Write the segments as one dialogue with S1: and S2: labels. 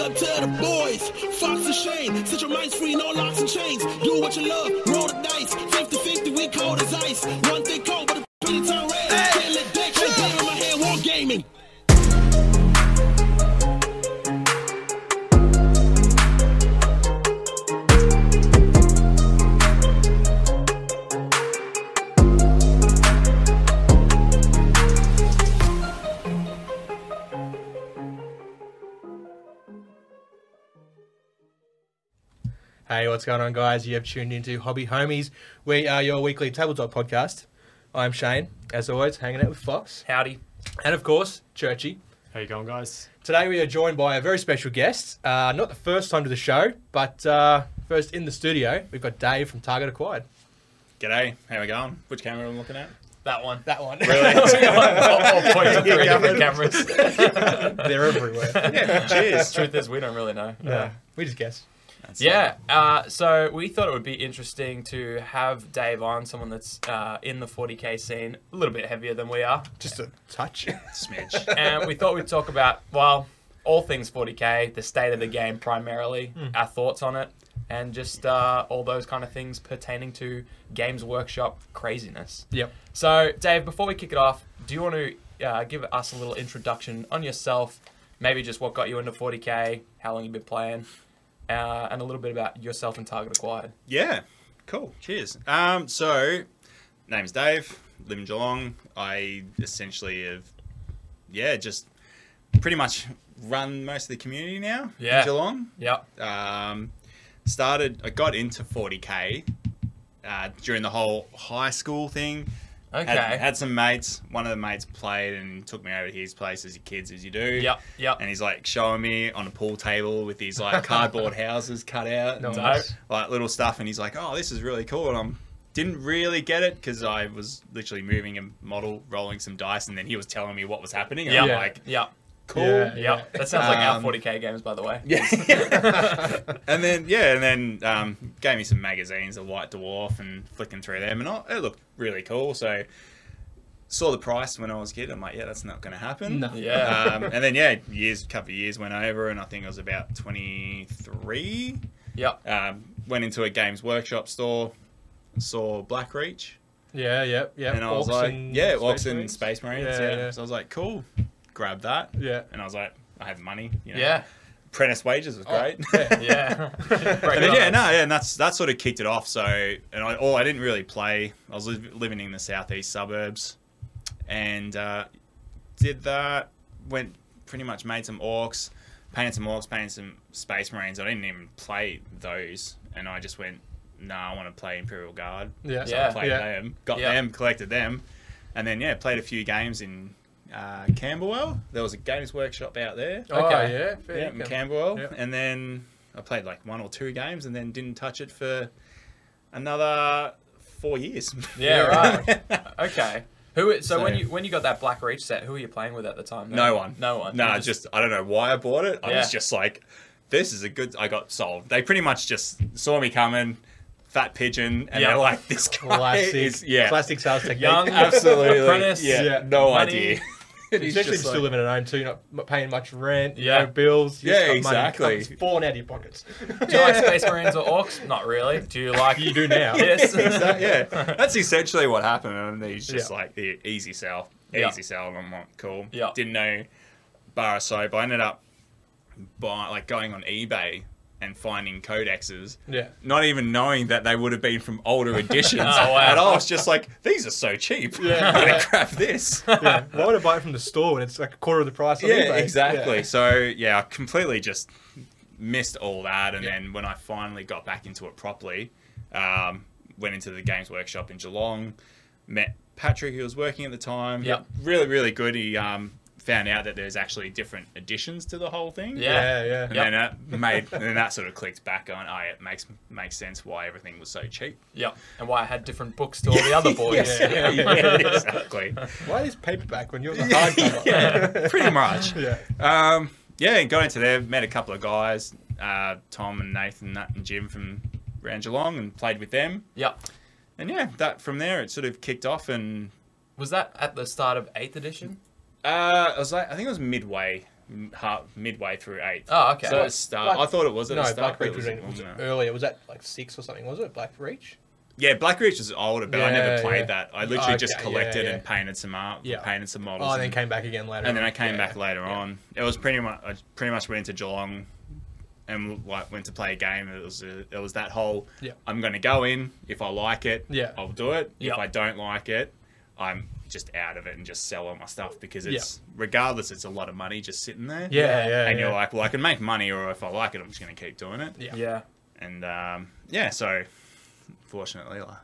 S1: up to the boys. Fox and Shane, set your minds free, no locks and chains. Do what you love, roll the dice. 50 50, we cold as ice. One thing cold, but the pretty turn red. Can't let that go down in my head, war gaming.
S2: Hey, what's going on, guys? You have tuned into Hobby Homies. We are your weekly tabletop podcast. I'm Shane, as always, hanging out with Fox.
S3: Howdy.
S2: And of course, Churchy.
S4: How you going, guys?
S2: Today we are joined by a very special guest. Uh, not the first time to the show, but uh, first in the studio, we've got Dave from Target Acquired.
S5: G'day, how we going? Which camera am I looking at?
S3: That one.
S2: That one.
S3: All points of three different cameras.
S2: They're everywhere.
S5: Yeah, cheers.
S3: Truth is, we don't really know.
S2: Yeah. We just guess.
S3: Yeah. Uh, so we thought it would be interesting to have Dave on, someone that's uh, in the 40k scene, a little bit heavier than we are,
S2: Just a touch.
S5: Smidge.
S3: and we thought we'd talk about well, all things 40k, the state of the game primarily, our thoughts on it, and just uh, all those kind of things pertaining to Games Workshop craziness.
S2: yep.
S3: So, Dave, before we kick it off, do you want to uh, give us a little introduction on yourself? Maybe just what got you into 40k, how long you've been playing, uh, and a little bit about yourself and Target Acquired.
S5: Yeah, cool. Cheers. Um, so, name's Dave. Live in Geelong. I essentially have, yeah, just pretty much run most of the community now.
S3: Yeah.
S5: In Geelong.
S3: Yep.
S5: Um, started. I got into 40k uh, during the whole high school thing.
S3: Okay.
S5: Had, had some mates. One of the mates played and took me over to his place as your kids, as you do.
S3: Yep, yep.
S5: And he's like showing me on a pool table with these like cardboard houses cut out, and,
S3: Nice.
S5: like little stuff. And he's like, "Oh, this is really cool." And I'm didn't really get it because I was literally moving a model, rolling some dice, and then he was telling me what was happening. And
S3: Yep.
S5: I'm
S2: Yeah.
S5: like,
S3: Yep.
S5: "Cool."
S2: Yeah.
S3: Yep. That sounds like
S5: Um,
S3: our 40k games, by the way.
S5: Yeah. and then yeah, and then um, gave me some magazines, a White Dwarf, and flicking through them, and I, it looked really cool. So saw the price when I was a kid. I'm like, yeah, that's not going to happen.
S2: No.
S3: Yeah.
S5: Um, and then yeah, years, couple of years went over, and I think I was about 23.
S3: Yep.
S5: Um, went into a Games Workshop store, saw Blackreach,
S2: Yeah, yep, yep.
S5: and I was
S2: Orcs
S5: like,
S2: and
S5: yeah,
S2: Space
S5: Orcs and
S2: Marines.
S5: Space Marines.
S2: Yeah,
S5: Yeah,
S2: yeah.
S5: So I was like, cool, grab that.
S2: Yeah.
S5: And I was like, I have money. You know.
S3: Yeah.
S5: Apprentice wages
S2: Oh,
S5: was great.
S3: Yeah.
S5: And then, yeah, no, yeah, and that's that sort of kicked it off. So, and I, oh, I didn't really play. I was liv- living in the southeast suburbs, and uh, did that. Went pretty much made some orcs, painted some orcs, painted some space marines. I didn't even play those, and I just went, no, nah, I want to play Imperial Guard.
S2: Yeah.
S5: so
S3: Yeah.
S5: I played
S2: Yeah.
S5: them, got
S3: Yeah.
S5: them, collected them, and then yeah, played a few games in uh, Camberwell. There was a games workshop out there.
S2: Oh,
S3: Okay.
S2: yeah. fair
S5: Yeah,
S2: dinkum.
S5: in Camberwell.
S2: Yeah.
S5: And then I played like one or two games and then didn't touch it for another four years.
S3: Yeah, right. okay. Who? So,
S5: So-
S3: when you when you got that Black Reach set, who were you playing with at the time?
S5: no one.
S3: No one.
S5: No,
S3: You
S5: just... I don't know why I bought it. I
S3: Yeah.
S5: was just like, this is a good. I got sold. They pretty much just saw me coming, fat pigeon, and
S3: Yeah.
S5: they're like, this guy
S2: Classic,
S5: is yeah,
S2: classic sales technique.
S3: Young
S5: absolutely,
S3: apprentice.
S5: Yeah,
S2: Yeah.
S5: no
S3: Money.
S5: idea.
S2: Especially if you're
S5: just
S2: still
S5: like-
S2: living at home too, you're not paying much rent, yeah.
S3: Yeah.
S2: no bills. you just
S5: Yeah,
S2: got money.
S5: exactly.
S2: It's falling out of your pockets.
S3: Do you like Space Marines or Orcs? Not really. Do you like?
S2: You do now.
S3: Yes.
S5: That- yeah, that's essentially what happened. And he's just
S2: Yeah.
S5: like the easy sell,
S3: Yeah.
S5: easy sell, and I'm like, cool.
S3: Yeah.
S5: Didn't know bar of soap. I ended up buying, like going on eBay and finding codexes.
S2: Yeah.
S5: Not even knowing that they would have been from older editions
S3: Oh, wow.
S5: at all. It's just like these are so cheap.
S2: Yeah.
S5: I'm gonna grab this.
S2: yeah. Why would I buy it from the store when it's like a quarter of the price? On
S5: yeah,
S2: eBay?
S5: exactly.
S2: Yeah.
S5: So yeah, I completely just missed all that, and then when I finally got back into it properly, um, went into the Games Workshop in Geelong, met Patrick, who was working at the time.
S3: Yep.
S5: really, really good. He um, found out that there's actually different additions to the whole thing.
S3: Yeah.
S2: Yeah, yeah.
S5: And
S3: Yep.
S5: then that made, and then that sort of clicked back on. Oh, it makes makes sense why everything was so cheap.
S3: Yep. And why I had different books to all the other boys.
S5: Yes,
S2: Yeah.
S5: yeah, yeah, exactly.
S2: Why is paperback when you're the hardcover?
S5: yeah, pretty much.
S2: yeah.
S5: Um, yeah, and got into there, met a couple of guys, uh, Tom and Nathan, Nut and Jim from around Geelong, and played with them.
S3: Yep.
S5: And yeah, that from there it sort of kicked off, and
S3: Was that at the start of eighth edition?
S5: uh, I was like, I think it was midway, m- half, midway through eighth.
S3: Oh, okay.
S5: So at the start,
S2: Black-
S5: Uh, I thought it was at
S2: no,
S5: the
S2: Black
S5: start. but
S2: Reach
S5: it
S2: was,
S5: was,
S2: in- was
S5: wasn't it?
S2: earlier. Was that like six or something? Was it Black Reach?
S5: Yeah, Black Reach is older, but
S2: Yeah,
S5: I never played
S2: yeah. Oh,
S5: that. I literally
S2: okay,
S5: just
S2: yeah,
S5: collected
S2: yeah.
S5: and painted some art,
S2: Yeah.
S5: painted some models,
S2: Oh, and then
S5: and-
S2: came back again later.
S5: and then I came
S2: Yeah.
S5: back later on. It was pretty much I pretty much went to Geelong and like went to play a game. It was a, it was that whole
S2: Yeah.
S5: I'm going to go in if I like it,
S2: Yeah.
S5: I'll do it.
S3: Yeah.
S5: If I don't like it, I'm just out of it and just sell all my stuff because
S2: Yeah.
S5: it's regardless, it's a lot of money just sitting there.
S2: Yeah, yeah.
S5: and
S2: yeah.
S5: you're like, well, I can make money, or if I like it, I'm just going to keep doing it.
S2: Yeah.
S3: yeah.
S5: And um, yeah, so fortunately, I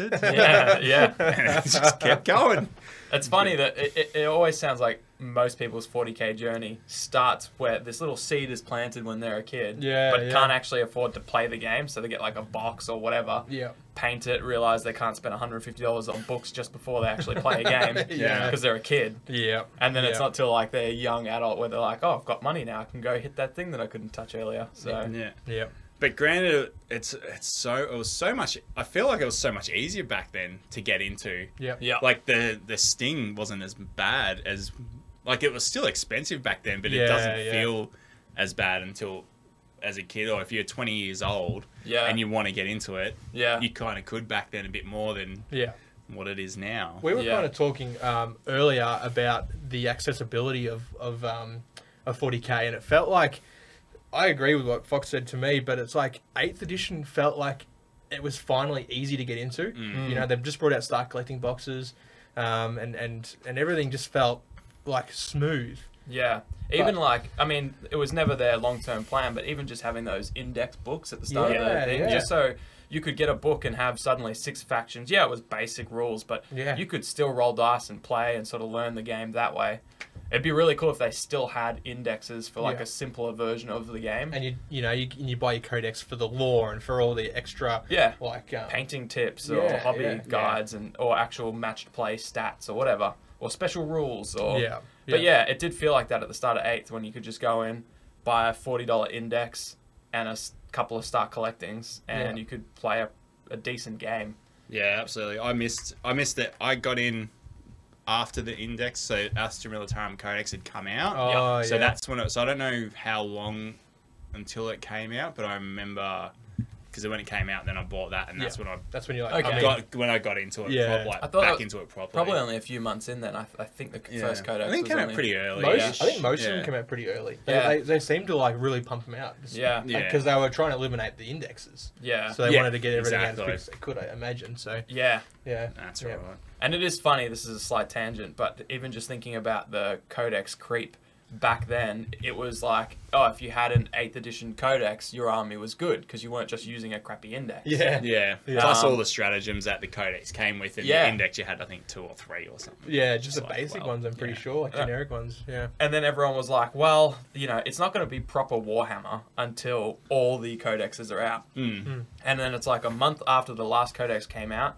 S5: it.
S3: Yeah, yeah.
S5: and it just kept going.
S3: It's funny that it, it, it always sounds like most people's 40k journey starts where this little seed is planted when they're a kid,
S2: Yeah,
S3: but
S2: yeah.
S3: can't actually afford to play the game, so they get like a box or whatever,
S2: Yeah.
S3: paint it, realize they can't spend $150 on books just before they actually play a game because
S2: Yeah.
S3: they're a kid.
S2: Yeah.
S3: And then it's
S2: Yeah.
S3: not till like they're a young adult where they're like, oh, I've got money now, I can go hit that thing that I couldn't touch earlier. So
S5: Yeah.
S2: Yeah.
S5: But granted, it's it's so it was so much. I feel like it was so much easier back then to get into.
S2: Yeah.
S3: yeah,
S5: Like the the sting wasn't as bad as like it was still expensive back then, but
S2: Yeah,
S5: it doesn't
S2: yeah.
S5: feel as bad until as a kid or if you're 20 years old
S3: Yeah.
S5: and you want to get into it,
S3: yeah,
S5: you kind of could back then a bit more than
S2: Yeah.
S5: what it is now.
S2: We were
S3: Yeah.
S2: kind of talking um, earlier about the accessibility of of um, of 40k, and it felt like I agree with what Fox said to me, but it's like eighth edition felt like it was finally easy to get into.
S3: Mm.
S2: You know, they've just brought out start collecting boxes, um, and and and everything just felt like smooth.
S3: yeah. Even
S2: But-
S3: like, I mean, it was never their long term plan, but even just having those index books at the start of
S2: Yeah,
S3: the thing,
S2: yeah.
S3: just so you could get a book and have suddenly six factions. Yeah, it was basic rules, but
S2: Yeah.
S3: you could still roll dice and play and sort of learn the game that way. It'd be really cool if they still had indexes for like
S2: Yeah.
S3: a simpler version of the game.
S2: And you you know you you buy your codex for the lore and for all the extra
S3: Yeah.
S2: like um,
S3: painting tips
S2: Yeah,
S3: or hobby
S2: yeah.
S3: guides and or actual matched play stats or whatever or special rules or
S2: Yeah,
S3: but
S2: yeah.
S3: yeah it did feel like that at the start of eighth when you could just go in buy a $40 index and a s- couple of start collectings and
S2: Yeah.
S3: you could play a, a decent game
S5: Yeah, absolutely. I missed I missed it. I got in after the index, so Astra Militarum Codex had come out.
S2: Oh,
S3: Yeah.
S5: So
S2: yeah.
S5: that's when it. So I don't know how long until it came out, but I remember because when it came out, then I bought that, and that's
S2: Yeah.
S5: when I
S2: that's when you're like
S3: Okay.
S2: I mean,
S5: got when I got into it.
S2: Yeah.
S5: Yeah. like
S3: I thought
S5: back
S3: it-
S5: into it properly.
S3: probably only a few months in then i, I think the c-
S5: Yeah.
S3: first codex
S5: I
S3: was
S5: think it came out
S3: only-
S5: pretty early.
S2: Most,
S3: Yeah.
S2: I think most of them
S5: Oh, Yeah.
S2: came out pretty early. They,
S3: Yeah.
S2: they, they seemed to like really pump them out.
S3: Yeah.
S5: Yeah.
S2: Because they were trying to eliminate the indexes,
S3: yeah
S2: so they
S5: Yeah,
S2: wanted to get everything out as quick as
S5: exactly.
S2: they could. I imagine. So
S3: yeah
S2: yeah,
S5: That's
S2: yeah.
S5: right.
S3: And it is funny, this is a slight tangent, but even just thinking about the codex creep back then, it was like, oh, if you had an 8th edition codex, your army was good because you weren't just using a crappy index.
S2: Yeah, yeah,
S5: Yeah.
S2: Yeah.
S5: Plus
S3: Um,
S5: all the stratagems that the codex came with, and
S3: Yeah.
S5: the index you had, I think, two or three or something.
S2: just
S5: It's
S2: the
S5: like,
S2: basic
S5: well,
S2: ones. I'm pretty
S5: yeah.
S2: sure, like
S3: Yeah.
S2: generic ones. Yeah,
S3: And then everyone was like, well, you know, it's not going to be proper Warhammer until all the codexes are out.
S2: Hmm.
S5: Mm.
S3: And then it's like a month after the last codex came out,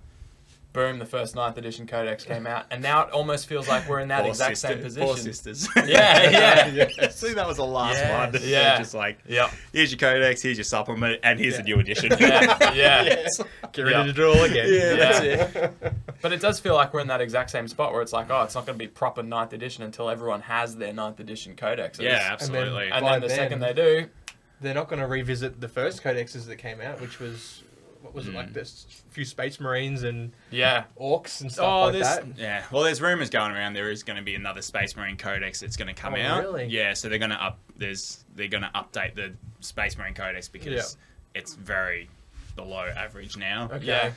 S3: boom, the first 9th edition codex came out. And now it almost feels like we're in that
S5: Poor
S3: exact
S5: sister-
S3: same
S5: Poor
S3: position.
S5: sisters.
S3: Yeah, yeah.
S5: See, that was the last
S3: Yeah,
S5: one.
S3: yeah.
S5: Just like,
S3: Yep.
S5: here's your codex, here's your supplement, and here's the
S2: Yeah.
S5: new edition.
S3: Yeah, yeah.
S5: Yes.
S2: get
S3: ready
S2: ready
S3: Yeah.
S2: to
S3: to
S2: do all again.
S5: Yeah,
S3: that's
S2: it.
S3: But it does feel like we're in that exact same spot where it's like, oh, it's not going to be proper ninth edition until everyone has their ninth edition codexes.
S5: Yeah, absolutely.
S3: And
S2: By
S3: then the
S2: then-
S3: second they do,
S2: They're not going to revisit the first codexes that came out, which was what was it
S5: Hmm.
S2: like? This few Space Marines and
S3: yeah,
S2: orcs and stuff
S5: Oh,
S2: like
S5: there's
S2: that.
S5: yeah. Well, there's rumors going around there is going to be another Space Marine Codex that's going to come
S2: Oh,
S5: out.
S2: really?
S5: Yeah, so they're going to up there's they're going to update the Space Marine Codex because it's very below average now.
S2: Okay.
S3: yeah.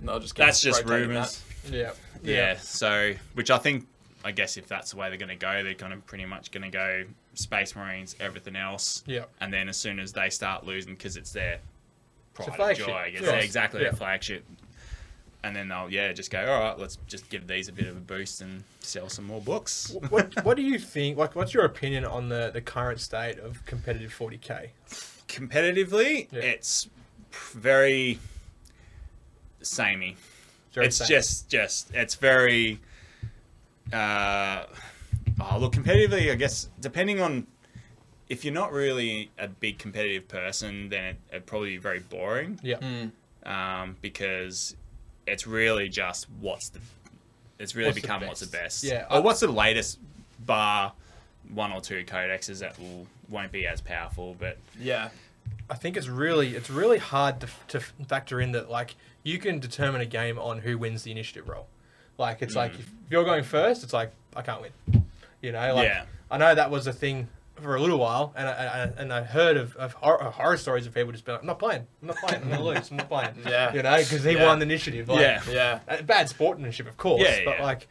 S3: And they'll just keep
S5: That's just
S3: rotating
S5: rumors.
S2: Yeah,
S5: Yeah. So, which I think I guess if that's the way they're going to go, they're kind of pretty much going to go Space Marines, everything else.
S2: Yeah.
S5: And then as soon as they start losing, because it's their pride
S2: a
S5: and
S2: flagship,
S5: joy, I guess.
S2: of
S5: Yeah,
S2: course.
S5: exactly,
S2: Yeah.
S5: their flagship. And then they'll, yeah, just go, all right, let's just give these a bit of a boost and sell some more books.
S2: what what do you think? Like, what's your opinion on the the current state of competitive 40k?
S5: Competitively,
S2: Yeah.
S5: it's very samey.
S2: Very
S5: it's
S2: same.
S5: just, just, it's very. Uh, oh, look, competitively, I guess, depending on if you're not really a big competitive person, then it, it'd probably be very boring
S2: yeah,
S3: Mm.
S5: um, because it's really just what's the. It's really
S2: What's the
S5: become
S2: best?
S5: what's the best.
S2: Yeah, I-
S5: Or what's the latest bar one or two codexes that will won't be as powerful. But
S3: Yeah.
S2: I think it's really it's really hard to, to factor in that like you can determine a game on who wins the initiative role. Like it's
S5: Hmm.
S2: like if you're going first, it's like I can't win. You know, like
S5: Yeah.
S2: I know that was a thing for a little while, and I, I I- and I heard of, of hor- uh, horror stories of people just being like, "I'm not playing, I'm not playing, I'm gonna lose, I'm not playing."
S3: Yeah.
S2: you know, because he
S3: Yeah.
S2: won the initiative. Like,
S5: Yeah.
S3: Yeah.
S2: uh, bad sportsmanship, of course.
S5: Yeah,
S2: but
S5: yeah.
S2: like,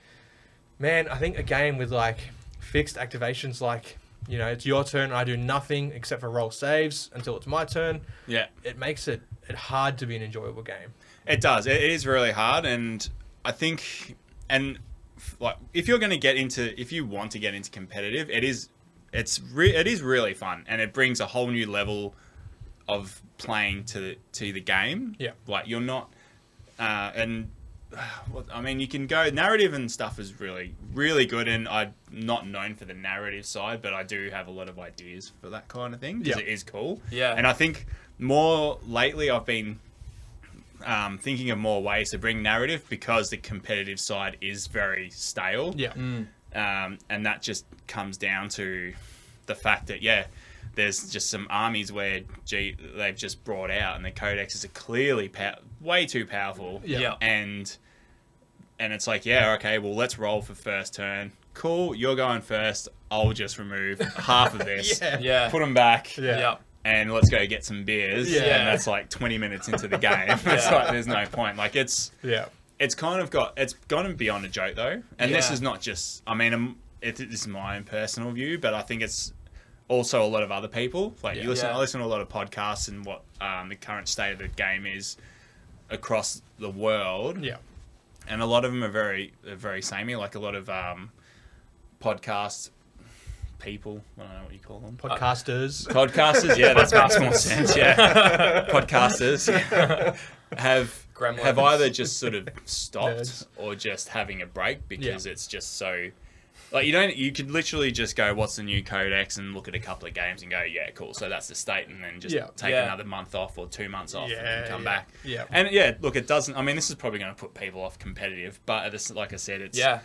S2: man, I think a game with like fixed activations, like you know, it's your turn. I do nothing except for roll saves until it's my turn.
S5: yeah,
S2: It makes it it hard to be an enjoyable game.
S5: It does. It it is really hard, and I think, and f- like, if you're going to get into, if you want to get into competitive, it is, it's re- it is really fun, and it brings a whole new level of playing to to the game.
S2: Yeah.
S5: like you're not, uh, and well, I mean, you can go narrative and stuff is really really good, and I'm not known for the narrative side, but I do have a lot of ideas for that kind of thing because
S2: Yeah.
S5: it is cool.
S3: Yeah.
S5: and I think more lately I've been um, thinking of more ways to bring narrative because the competitive side is very stale.
S2: Yeah,
S5: Um, and that just comes down to the fact that, yeah, there's just some armies where G- they've just brought out and the codexes are clearly pow- way too powerful.
S2: Yeah.
S3: Yeah.
S5: And and it's like, yeah, okay, well, let's roll for first turn. Cool, you're going first. I'll just remove half of this,
S2: yeah,
S3: Yeah.
S5: put them back,
S2: Yeah.
S3: Yeah.
S5: and let's go get some beers.
S2: Yeah.
S5: And that's like 20 minutes into the game. It's
S3: Yeah.
S5: like, there's no point. Like, it's
S2: yeah.
S5: it's kind of got it's gone beyond a joke though, and this
S3: Yeah.
S5: is not just. I mean, um it, this is my own personal view, but I think it's also a lot of other people. Like
S2: Yeah.
S5: you listen,
S3: Yeah.
S5: I listen to a lot of podcasts and what um, the current state of the game is across the world,
S2: yeah.
S5: and a lot of them are very are very samey. Like a lot of um, podcast people, I don't know what you call them.
S2: Podcasters.
S5: Podcasters, yeah, that makes more sense. Yeah, podcasters yeah. have
S3: Gremlins.
S5: have either just sort of stopped
S2: Nerds.
S5: or just having a break because it's just so like you don't you could literally just go what's the new codex and look at a couple of games and go yeah cool so that's the state and then just
S2: Yeah.
S5: take
S3: Yeah.
S5: another month off or two months off and
S2: Yeah,
S5: then come
S2: yeah,
S5: back
S2: yeah.
S5: and yeah look it doesn't I mean this is probably going to put people off competitive but this like I said it's
S3: Yeah.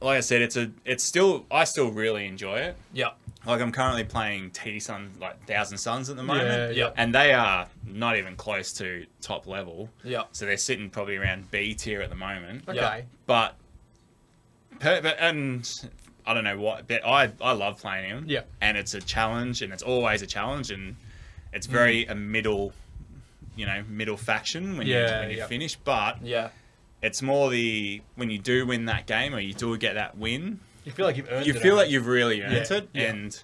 S5: like I said it's a it's still I still really enjoy it
S3: Yeah.
S5: like I'm currently playing T Sun like Thousand Suns at the moment.
S2: Yeah,
S3: yeah.
S5: And they are not even close to top level.
S3: Yeah.
S5: So they're sitting probably around B tier at the moment.
S2: Okay.
S3: Yeah.
S5: But, per, but and I don't know what, but I I love playing him.
S2: Yeah.
S5: And it's a challenge, and it's always a challenge, and it's very
S2: Mm.
S5: a middle, you know, middle faction when you
S2: Yeah,
S5: when you
S2: yeah.
S5: finish. But
S3: Yeah.
S5: it's more the when you do win that game or you do get that win,
S2: You feel like you've earned
S5: you
S2: it,
S5: feel
S2: haven't
S5: like you've really earned
S2: Yeah,
S5: it,
S2: yeah.
S5: and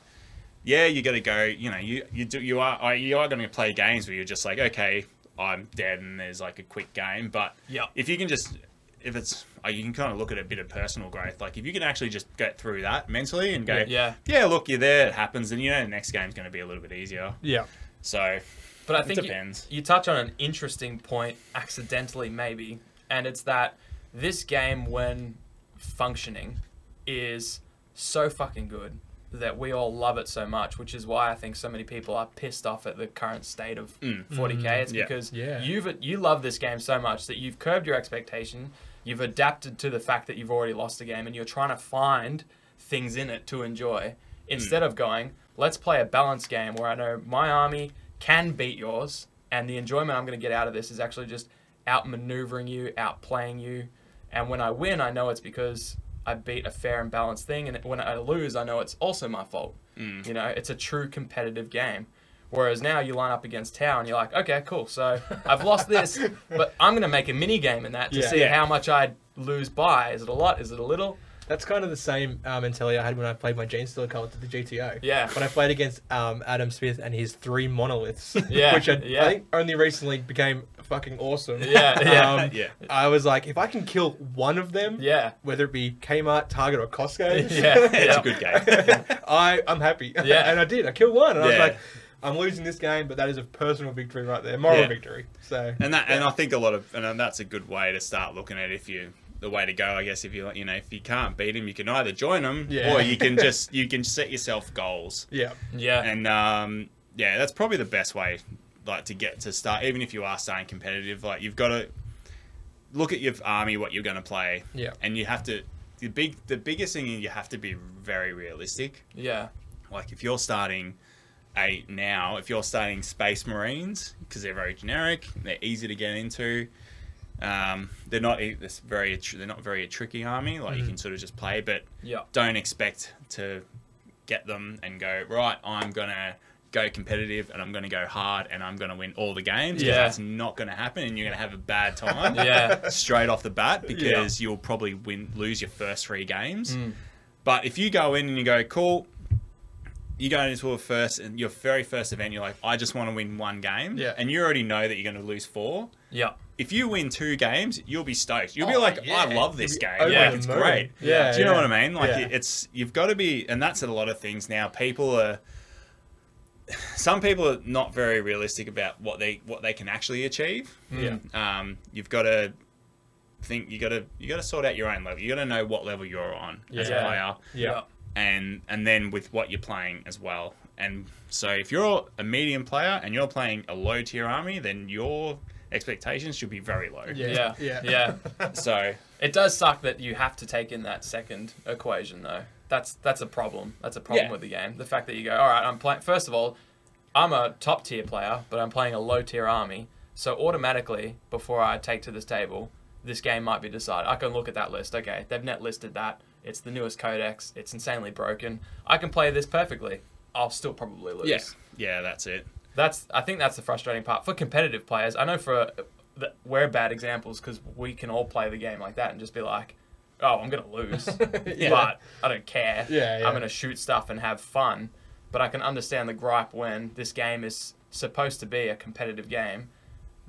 S5: yeah, you got to go. You know, you you do you are you are going to play games where you're just like, okay, I'm dead, and there's like a quick game. But
S3: Yeah.
S5: if you can just if it's uh, you can kind of look at a bit of personal growth. Like if you can actually just get through that mentally and go,
S3: Yeah.
S5: yeah, look, you're there. It happens, and you know, the next game's going to be a little bit easier.
S2: Yeah.
S5: So
S3: But I
S5: It
S3: think you-
S5: depends.
S3: You, touch on an interesting point accidentally, maybe, and it's that this game, when functioning, is so fucking good that we all love it so much, which is why I think so many people are pissed off at the current state of 40k. It's
S5: Mm. Mm-hmm. Yeah.
S3: because
S2: Yeah.
S3: you've you love this game so much that you've curbed your expectation, you've adapted to the fact that you've already lost the game, and you're trying to find things in it to enjoy instead of going, let's play a balanced game where I know my army can beat yours, and the enjoyment I'm going to get out of this is actually just outmaneuvering you, outplaying you, and when I win, I know it's because I beat a fair and balanced thing, and when I lose, I know it's also my fault. You know, it's a true competitive game. Whereas now you line up against Tau and you're like, okay, cool. So I've lost this, but I'm going to make a mini game in that to
S2: Yeah.
S3: see
S5: Yeah.
S3: how much I lose by. Is it a lot? Is it a little?
S2: That's kind of the same um, mentality I had when I played my Gene Stealer card to the GTO.
S3: Yeah.
S2: When I played against um, Adam Smith and his three monoliths,
S3: Yeah,
S2: which I,
S3: yeah.
S2: I think only recently became fucking awesome.
S3: Yeah, yeah.
S2: Um,
S5: Yeah.
S2: I was like, if I can kill one of them,
S3: Yeah.
S2: whether it be Kmart, Target, or Costco,
S3: Yeah.
S5: it's
S3: yeah.
S5: a good game.
S2: I I'm happy.
S3: Yeah.
S2: and I did. I killed one, and I was
S5: Yeah.
S2: like, I'm losing this game, but that is a personal victory right there, moral
S5: Yeah.
S2: victory. So
S5: and that and I think a lot of and uh, that's a good way to start looking at if you the way to go I guess if you you know if you can't beat him you can either join him
S2: Yeah.
S5: or you can just you can set yourself goals
S2: yeah,
S3: Yeah.
S5: and um, yeah that's probably the best way like to get to start even if you are starting competitive like you've got to look at your army what you're going to play
S2: Yeah.
S5: and you have to the big the biggest thing is you have to be very realistic.
S3: Yeah.
S5: Like if you're starting a now, if you're starting Space Marines because they're very generic, they're easy to get into. Um, they're not e- this very tr- they're not very a tricky army. Like you can sort of just play, but
S3: Yeah.
S5: don't expect to get them and go right. I'm gonna go competitive and I'm gonna go hard and I'm gonna win all the games. 'cause
S3: Yeah.
S5: that's not gonna happen, and you're gonna have a bad time.
S3: Yeah.
S5: straight off the bat because you'll probably win lose your first three games.
S2: Hmm.
S3: Mm.
S5: But if you go in and you go, cool, you go into a first and your very first event, you're like, I just want to win one game,
S2: Yeah.
S5: and you already know that you're going to lose four.
S3: Yeah.
S5: If you win two games, you'll be stoked. You'll be
S2: Oh,
S5: like,
S2: yeah.
S5: I love this game.
S2: You'll be over
S5: like,
S2: the
S5: it's
S2: moon.
S5: great.
S2: Yeah,
S5: Do you know
S2: yeah.
S5: what I mean? Like
S2: Yeah.
S5: it- it's you've got to be, and that's a lot of things now. People are. Some people are not very realistic about what they what they can actually achieve
S2: Yeah.
S5: um, you've got to think you got to you got to sort out your own level. You got to know what level you're on as a
S2: Yeah.
S5: player,
S2: Yeah.
S5: and and then with what you're playing as well. And so if you're a medium player and you're playing a low tier army, then your expectations should be very low.
S2: Yeah.
S3: Yeah.
S2: Yeah.
S3: Yeah.
S5: So
S3: It does suck that you have to take in that second equation though. That's that's a problem. That's a problem
S5: Yeah.
S3: with the game. The fact that you go, all right, I'm playing. First of all, I'm a top tier player, but I'm playing a low tier army. So automatically, before I take to this table, this game might be decided. I can look at that list. Okay, they've net listed that. It's the newest codex. It's insanely broken. I can play this perfectly. I'll still probably lose.
S5: yeah, yeah, that's it.
S3: That's I think that's the frustrating part for competitive players. I know for uh, th- we're bad examples because we can all play the game like that and just be like, "Oh, I'm gonna lose,"
S2: Yeah.
S3: but I don't care.
S2: Yeah, yeah.
S3: I'm gonna shoot stuff and have fun. But I can understand the gripe when this game is supposed to be a competitive game.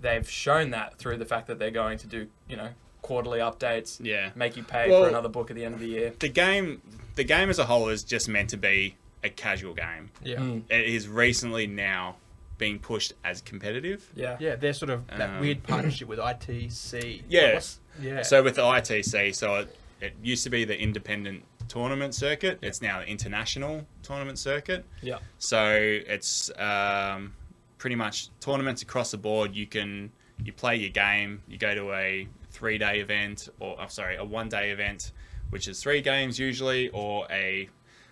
S3: They've shown that through the fact that they're going to do you know quarterly updates.
S5: Yeah.
S3: make you pay
S5: Well-
S3: for another book at the end of the year.
S5: The game, the game as a whole is just meant to be a casual game.
S2: Yeah.
S3: Mm.
S5: It is recently now being pushed as competitive.
S3: Yeah,
S2: Yeah, they're sort of that
S5: Um,
S2: weird partnership with ITC.
S5: Yeah.
S2: What's- Yeah.
S5: So with the ITC, so it, it used to be the independent tournament circuit. It's now the international tournament circuit.
S3: yeah,
S5: So it's um, pretty much tournaments across the board. You can you play your game. You go to a three day event, or I'm sorry, a one day event, which is three games usually, or a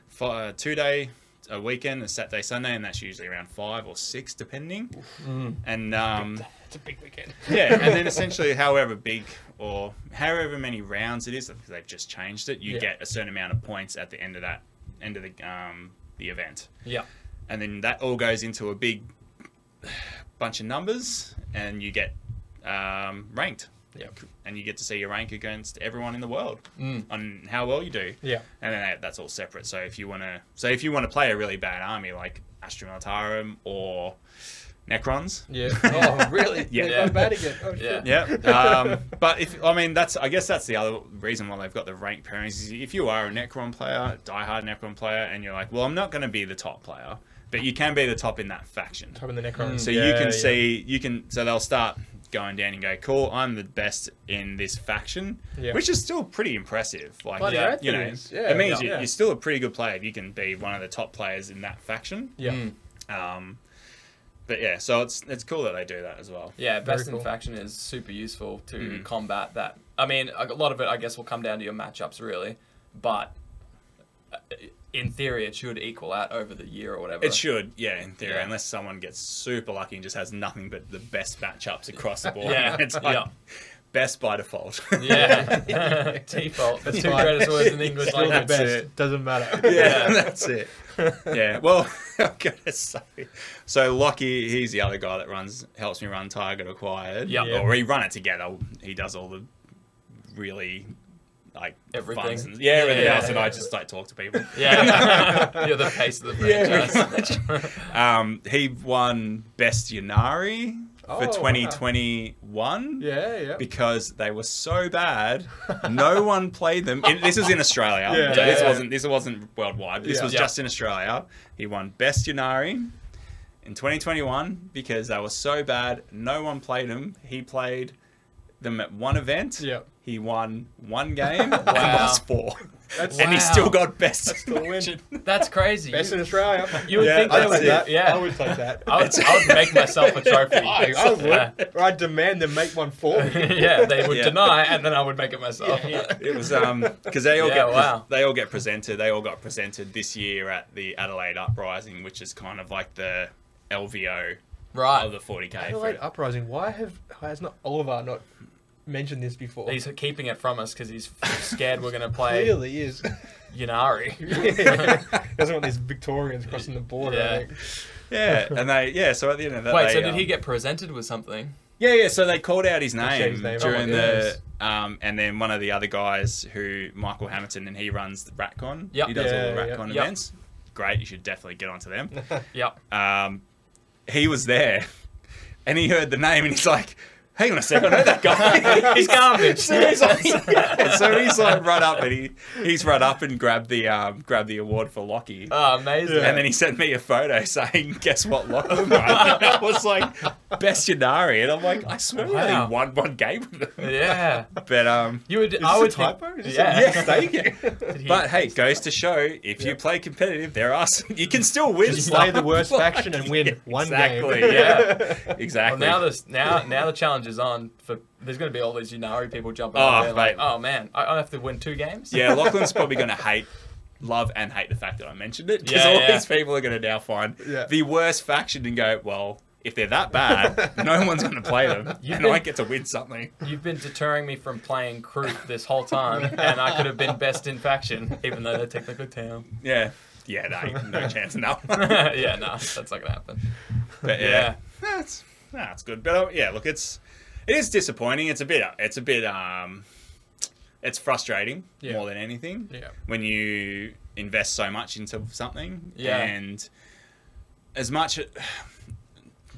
S5: fi- uh, two day a weekend, a Saturday Sunday, and that's usually around five or six, depending. And um,
S2: Mm. it's a big weekend.
S5: yeah, and then essentially, however big or however many rounds it is, because they've just changed it, you
S2: Yeah.
S5: get a certain amount of points at the end of that end of the um, the event,
S3: yeah.
S5: and then that all goes into a big bunch of numbers, and you get um, ranked,
S2: Yeah.
S5: and you get to see your rank against everyone in the world
S2: Mm.
S5: on how well you do.
S2: Yeah.
S5: And then that, that's all separate. So if you want to, so if you want to play a really bad army like Astra Militarum or Necrons,
S2: Yeah. Oh, really?
S5: Yeah.
S2: They've gone bad again. Oh,
S3: Yeah.
S2: shit.
S5: yeah. Um, but if I mean that's I guess that's the other reason why they've got the rank pairings is if you are a Necron player, diehard Necron player, and you're like, well, I'm not going to be the top player, but you can be the top in that faction.
S2: Top in the Necron.
S5: Mm. So you
S2: Yeah,
S5: can
S2: yeah.
S5: see you can so they'll start going down and go, cool, I'm the best in this faction,
S2: Yeah.
S5: which is still pretty impressive. Like
S2: Bloody
S5: yeah,
S2: oath
S5: you
S2: it
S5: know,
S2: is. Yeah,
S5: it
S2: yeah.
S5: means you-
S2: Yeah.
S5: you're still a pretty good player. if You can be one of the top players in that faction.
S2: Yeah.
S5: Um, but yeah, so it's it's cool that they do that as well.
S3: Yeah,
S2: Very
S3: best in
S2: cool. Mm-hmm.
S3: faction is super useful to combat that. I mean, a lot of it, I guess, will come down to your matchups, really. But uh, in theory, it should equal out over the year or whatever.
S5: It should, yeah, in theory,
S3: Yeah.
S5: unless someone gets super lucky and just has nothing but the best matchups across the board.
S3: Yeah,
S5: it's like
S3: yeah.
S5: best by default.
S3: Yeah. Default. The two
S2: fine.
S3: greatest words in English
S2: Still the
S3: like
S5: That's
S2: best.
S5: it.
S2: Doesn't matter.
S5: yeah, that's it. Yeah, well, I'm gonna say, so Lockie, he's the other guy that runs, helps me run Target Acquired.
S3: Yeah.
S5: or we run it together. He does all the really like
S3: Everything.
S5: funs and, yeah, everything
S3: Yeah.
S5: else, and I just like talk to people.
S3: Yeah. You're the face of the
S5: Yeah,
S3: franchise.
S5: Um, he won Best Yanari
S2: Oh,
S5: for
S2: wow.
S5: 2021.
S2: Yeah, yeah.
S5: because they were so bad, no one played them. In, this was in Australia.
S2: Yeah.
S5: So this
S3: Yeah.
S5: wasn't this wasn't worldwide. This
S2: Yeah.
S5: was
S3: Yeah.
S5: just in Australia. He won Best Yanari in 2021 because they were so bad, no one played them. He played them at one event.
S2: Yeah.
S5: He won one game and
S3: Wow.
S5: lost four.
S2: That's
S5: and he
S3: Wow.
S5: still got best.
S2: the win.
S3: That's crazy.
S2: Best
S3: You,
S2: in Australia.
S3: you would
S5: Yeah,
S3: think
S5: I'd
S3: they would
S5: see
S3: do
S5: it.
S3: that. Yeah.
S2: I would take that.
S3: I would, I would make myself a trophy.
S2: I, I would. Or I'd demand them make one for me.
S3: yeah, they would
S5: Yeah.
S3: deny, and then I would make it myself.
S5: It was um because they all
S3: Yeah,
S5: get
S3: wow.
S5: they all get presented. They all got presented this year at the Adelaide Uprising, which is kind of like the LVO of
S3: right.
S5: the 40k.
S2: Adelaide
S5: for-
S2: Uprising. Why have has not Oliver not mentioned this before?
S3: He's keeping it from us because he's scared we're going to play
S2: clearly is.
S3: Yunari.
S2: Doesn't want these Victorians crossing the border.
S3: Yeah.
S2: I think.
S5: yeah, and they yeah. So at the end of that,
S3: Wait,
S5: they,
S3: so did he
S5: um,
S3: get presented with something?
S5: Yeah, yeah. So they called out his
S2: said
S5: name,
S2: his name.
S5: during
S2: Oh my
S5: the, um, and then one of the other guys who Michael Hamilton and he runs the Ratcon.
S3: Yep.
S5: He does all the
S2: Yeah, yeah.
S5: Ratcon
S3: Yep.
S5: events. Great, you should definitely get onto them.
S3: Yep.
S5: Um, he was there, and he heard the name, and he's like, "Hang on a second, I know that guy."
S3: He's garbage.
S5: So he's, like, yeah, so he's like run up and he he's run up and grabbed the um grabbed the award for Lockie.
S3: Oh, amazing.
S5: And then he sent me a photo saying, "Guess what, Lachlan won?" And it was like best Yanari, and I'm like, "I swear, we
S3: Wow.
S5: only won one game with them."
S3: Yeah.
S5: But um,
S3: You would.
S2: Is
S3: I would
S2: this a typo? Is this
S3: Think,
S2: a
S3: yeah.
S2: mistake?
S3: Did he-
S5: but hey, goes to show if you play competitive, there are some, you can still win.
S2: Just
S5: stuff.
S2: play the worst faction and win one
S5: exactly,
S2: game.
S5: yeah,
S3: well,
S5: exactly.
S3: now this now now the challenge is on for. There's going to be all these Yunari people jumping.
S5: Oh,
S3: on there like,
S5: mate.
S3: oh man, I, I have to win two games.
S5: yeah, Lachlan's probably going to hate, love, and hate the fact that I mentioned it because
S3: Yeah,
S5: all
S3: yeah.
S5: these people are going to now find
S2: Yeah.
S5: the worst faction and go, well, if they're that bad, no one's going to play them,
S3: You
S5: and
S3: think-
S5: I get to win something.
S3: You've been deterring me from playing Kroot this whole time, and I could have been best in faction, even though they're technically town.
S5: Yeah, yeah, no, no chance in that one.
S3: yeah, no, that's not gonna happen.
S5: But
S3: Yeah.
S5: yeah, that's that's good. But uh, yeah, look, it's it is disappointing. It's a bit it's a bit um it's frustrating
S2: Yeah.
S5: more than anything.
S2: Yeah.
S5: When you invest so much into something
S3: Yeah.
S5: and as much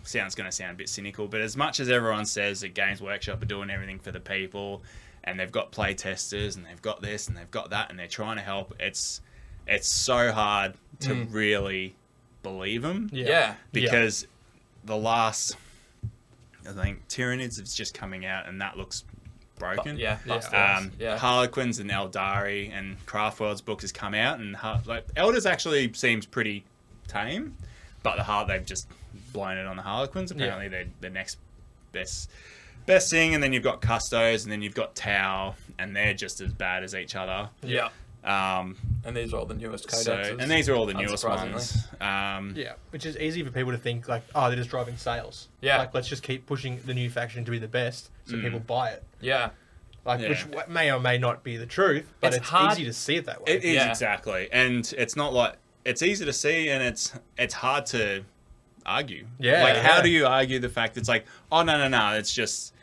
S5: sounds going to sound a bit cynical, but as much as everyone says that Games Workshop are doing everything for the people and they've got play testers and they've got this and they've got that and they're trying to help, it's it's so hard to really believe them
S2: Yeah.
S3: Yeah.
S5: because the last I think Tyranids is just coming out and that looks broken.
S3: Oh, Yeah,
S2: Yeah.
S3: bust yeah.
S5: Um,
S3: yeah.
S5: Harlequins and Eldari and Craftworld's book has come out and Har- like Elders actually seems pretty tame, but the heart they've just blown it on the Harlequins. Apparently they're the next best best thing, and then you've got Custos and then you've got Tau, and they're just as bad as each other.
S3: yeah.
S5: Um,
S3: And these are all the newest codexes.
S5: so and these are all the newest
S3: unsurprisingly.
S5: ones. Um,
S2: Yeah, which is easy for people to think like, oh, they're just driving sales.
S3: Yeah.
S2: like let's just keep pushing the new faction to be the best, so
S3: Mm.
S2: people buy it.
S3: Yeah.
S2: Like,
S5: Yeah.
S2: which w- may or may not be the truth, but
S3: It's
S2: it's,
S3: hard-
S2: easy to see it that way.
S5: It is
S3: Yeah.
S5: exactly, and it's not like it's easy to see, and it's it's hard to argue.
S2: Yeah,
S5: like how
S2: yeah.
S5: do you argue the fact it's like, oh no no no, it's just,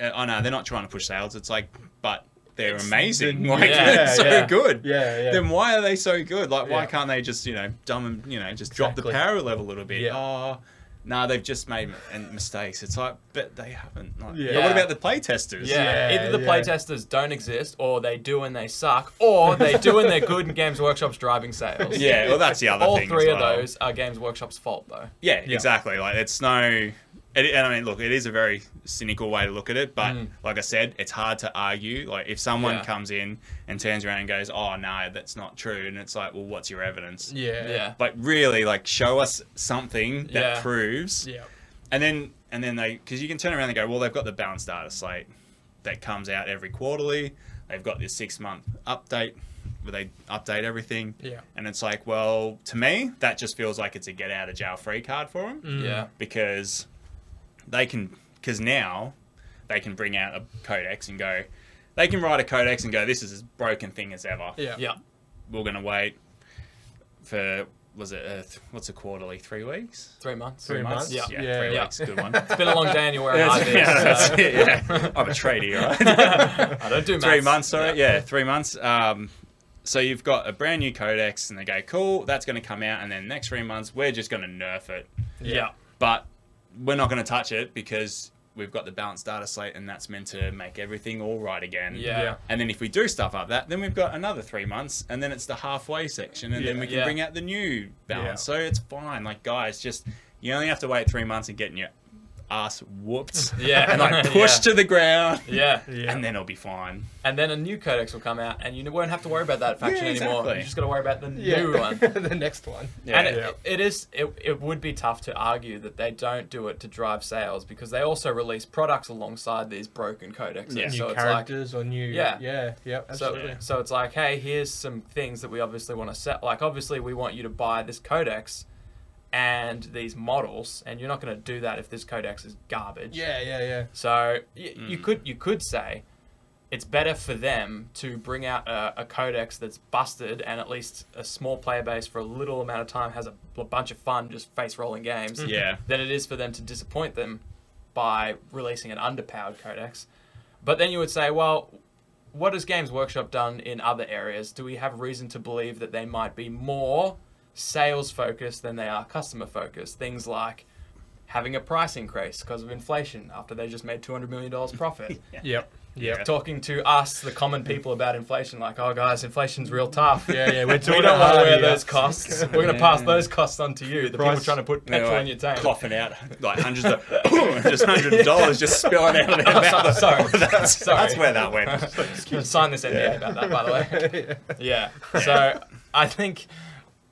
S5: uh, oh no, they're not trying to push sales. It's like, but they're amazing.
S2: the-
S5: like
S3: yeah,
S5: they're so
S3: yeah.
S5: good.
S2: Yeah, yeah.
S5: Then why are they so good? Like why
S2: Yeah.
S5: can't they just you know dumb and you know just drop
S2: Exactly.
S5: the power level a little bit?
S2: Yeah.
S5: Oh. No, they've just made m- and mistakes. It's like, but they haven't. Like,
S2: Yeah.
S5: But what about the playtesters?
S3: Yeah.
S2: Yeah,
S3: Either the
S2: yeah.
S3: playtesters don't exist, or they do and they suck, or they do and they're good and Games Workshop's driving sales.
S5: Yeah, well, that's the other
S3: All
S5: thing. as
S3: three of
S5: well.
S3: those are Games Workshop's fault, though.
S5: Yeah,
S2: Yeah.
S5: exactly. Like it's no, it, and I mean, look, it is a very cynical way to look at it, but like I said, it's hard to argue. Like if someone
S3: Yeah.
S5: comes in and turns around and goes, "Oh no, that's not true," and it's like, "Well, what's your evidence?"
S2: yeah,
S3: Yeah.
S5: Like really, like show us something that
S3: Yeah.
S5: proves,
S2: yeah,
S5: and then and then they because you can turn around and go, "Well, they've got the balanced data slate that comes out every quarterly. They've got this six month update." Where they update everything,
S2: Yeah.
S5: and it's like, well, to me, that just feels like it's a get out of jail free card for them
S2: Mm.
S3: Yeah.
S5: because they can because now they can bring out a codex and go they can write a codex and go this is as broken thing as ever
S2: yeah,
S3: Yeah.
S5: we're going to wait for was it uh, th- what's a quarterly three weeks
S3: Three months.
S2: Three months.
S3: Yeah.
S5: yeah,
S2: Yeah.
S5: three
S3: Yeah.
S5: weeks good one
S3: It's been a long day and you're wearing hard
S5: yeah,
S3: boots,
S5: that's
S3: so-
S5: it, yeah. i'm a tradie right
S3: I don't do
S5: three
S3: maths.
S5: months sorry yeah. three months um so you've got a brand new codex and they go cool that's going to come out and then next three months we're just going to nerf it
S3: Yeah.
S5: but we're not going to touch it because we've got the balanced data slate and that's meant to make everything all right again.
S3: Yeah.
S2: Yeah.
S5: And then if we do stuff like that, then we've got another three months and then it's the halfway section and then
S2: Yeah.
S5: we can
S3: Yeah.
S5: bring out the new balance.
S2: Yeah.
S5: So it's fine. Like, guys, just you only have to wait three months and get in your ass whooped.
S3: Yeah.
S5: and I pushed to the ground.
S3: Yeah. yeah.
S2: Yeah.
S5: And then I'll be fine.
S3: And then a new codex will come out, and you won't have to worry about that faction
S5: Yeah,
S3: anymore.
S5: exactly.
S3: You just got to worry about the
S2: yeah.
S3: new one.
S2: the next one.
S3: And it,
S2: Yeah.
S3: it is it, it would be tough to argue that they don't do it to drive sales because they also release products alongside these broken codexes.
S5: Yeah.
S2: New
S3: So it's like
S2: characters or new.
S3: Yeah.
S2: Yeah. Yeah. Yeah. Absolutely.
S3: so, so it's like, hey, here's some things that we obviously want to set. Like, obviously, we want you to buy this codex and these models, and you're not going to do that if this codex is garbage.
S2: Yeah. Yeah. Yeah.
S3: So y- you could you could say it's better for them to bring out a, a codex that's busted and at least a small player base for a little amount of time has a, a bunch of fun just face rolling games.
S5: Yeah.
S3: Than it is for them to disappoint them by releasing an underpowered codex. But then you would say, well, what has Games Workshop done in other areas? Do we have reason to believe that they might be more sales focused than they are customer focused? Things like having a price increase because of inflation after they just made $200 million profit.
S2: Yep. Yep.
S3: Talking to us, the common people, about inflation, like, oh, guys, inflation's real tough.
S2: Yeah. Yeah. We're
S3: We
S2: doing
S3: don't want to
S2: hard
S3: wear
S2: here.
S3: those costs. We're going to pass
S5: Yeah.
S3: those costs on to you, the people
S2: Price-
S3: trying to put
S5: You know,
S3: petrol
S5: like,
S3: in your tank.
S5: Coughing out like hundreds of just hundreds of dollars just spilling out of their
S3: Oh, so-
S5: mouth.
S3: sorry.
S5: That's,
S3: Sorry.
S5: that's where that went.
S3: Sign this NDA
S5: Yeah.
S3: about that, by the way. Yeah. So I think,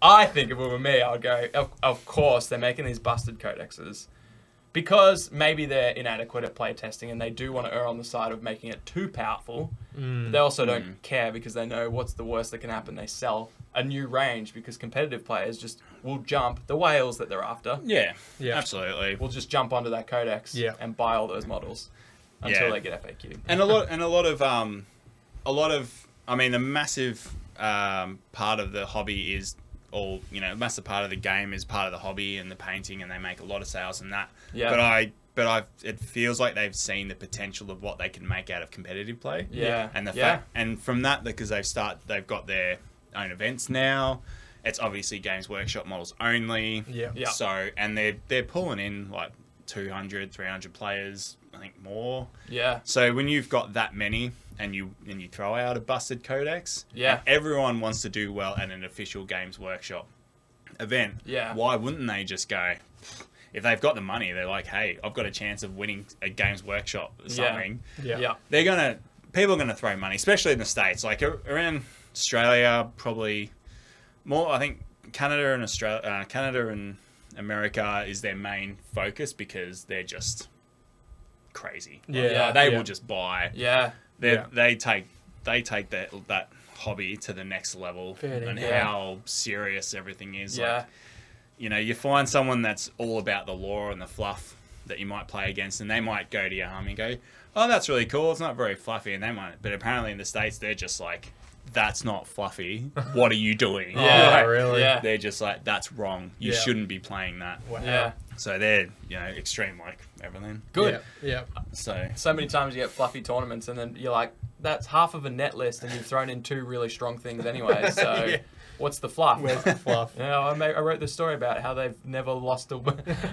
S3: I think if it were me, I'd go. Of, of course, they're making these busted codexes because maybe they're inadequate at playtesting, and they do want to err on the side of making it too powerful. But they also don't
S5: Mm.
S3: care because they know what's the worst that can happen. They sell a new range because competitive players just will jump the whales that they're after.
S5: Yeah,
S2: Yeah.
S5: absolutely.
S3: Will just jump onto that codex
S2: Yeah.
S3: and buy all those models until
S5: Yeah.
S3: they get FAQ.
S5: and a lot and a lot of um a lot of i mean a massive um part of the hobby is all you know a massive part of the game is part of the hobby and the painting and they make a lot of sales and that
S3: Yeah.
S5: but i but i it feels like they've seen the potential of what they can make out of competitive play
S3: Yeah.
S5: and the
S3: Yeah.
S5: fact and from that because they've start they've got their own events now it's obviously games workshop models only
S2: Yeah.
S3: Yeah.
S5: so and they're they're pulling in like 200 300 players i think more
S3: Yeah.
S5: so when you've got that many and you and you throw out a busted codex,
S3: Yeah.
S5: and everyone wants to do well at an official games workshop event.
S3: Yeah.
S5: Why wouldn't they just go? If they've got the money, they're like, "Hey, I've got a chance of winning a games workshop or
S3: Yeah.
S5: something."
S2: Yeah.
S3: yeah.
S5: They're gonna people are gonna throw money, especially in the states. Like a- around Australia, probably more. I think Canada and Australia, uh, Canada and America is their main focus because they're just crazy. Like,
S2: Yeah.
S3: Yeah.
S5: Uh, they
S2: Yeah.
S5: will just buy.
S3: Yeah.
S5: They
S2: Yeah.
S5: they take they take that that hobby to the next level
S2: Fair
S5: and
S2: dinkum.
S5: how serious everything is.
S3: Yeah.
S5: Like, you know, you find someone that's all about the law and the fluff that you might play against, and they might go to your army and go, "Oh, that's really cool. It's not very fluffy," and they might. But apparently, in the states, they're just like, "That's not fluffy. What are you doing?"
S3: Yeah.
S5: Like,
S2: really?
S3: Yeah.
S5: They're just like, "That's wrong. You
S2: Yeah.
S5: shouldn't be playing that."
S2: Wow.
S3: Yeah.
S5: So they're you know extreme like everything.
S3: Good.
S2: Yeah. yeah.
S5: So
S3: so many times you get fluffy tournaments and then you're like that's half of a net list and you've thrown in two really strong things anyway so
S2: Yeah.
S3: what's the fluff
S2: Where's the fluff?
S3: you know, I, ma- I wrote the story about how they've never lost a,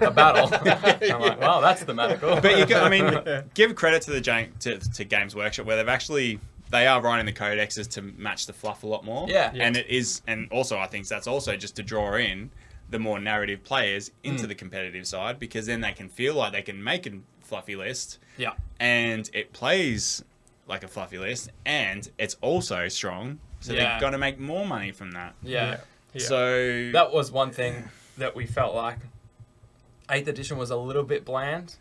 S3: a battle. I'm like, well, that's the medical.
S5: But you, go- I mean, give credit to the Jan- to, to Games Workshop where they've actually they are writing the codexes to match the fluff a lot more.
S3: Yeah.
S2: Yeah.
S5: and it is, and also I think that's also just to draw in the more narrative players
S3: Mm.
S5: into the competitive side because then they can feel like they can make a fluffy list
S3: yeah,
S5: and it plays like a fluffy list and it's also strong, so
S3: Yeah.
S5: they've got to make more money from that.
S3: yeah.
S2: Yeah.
S5: So
S3: That was one thing that we felt like. Eighth edition was a little bit bland.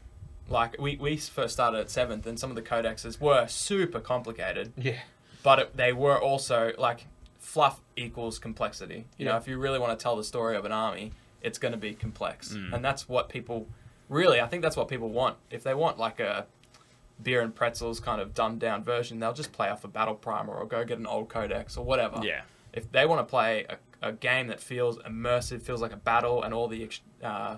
S3: Like we, we first started at seventh, and some of the codexes were super complicated.
S2: Yeah.
S3: but it, they were also like fluff equals complexity. You know,
S2: Yeah.
S3: if you really want to tell the story of an army, it's going to be complex, and that's what people really. I think that's what people want. If they want like a beer and pretzels kind of dumbed down version, they'll just play off a battle primer or go get an old codex or whatever.
S5: yeah,
S3: If they want to play a, a game that feels immersive, feels like a battle, and all the ex- uh,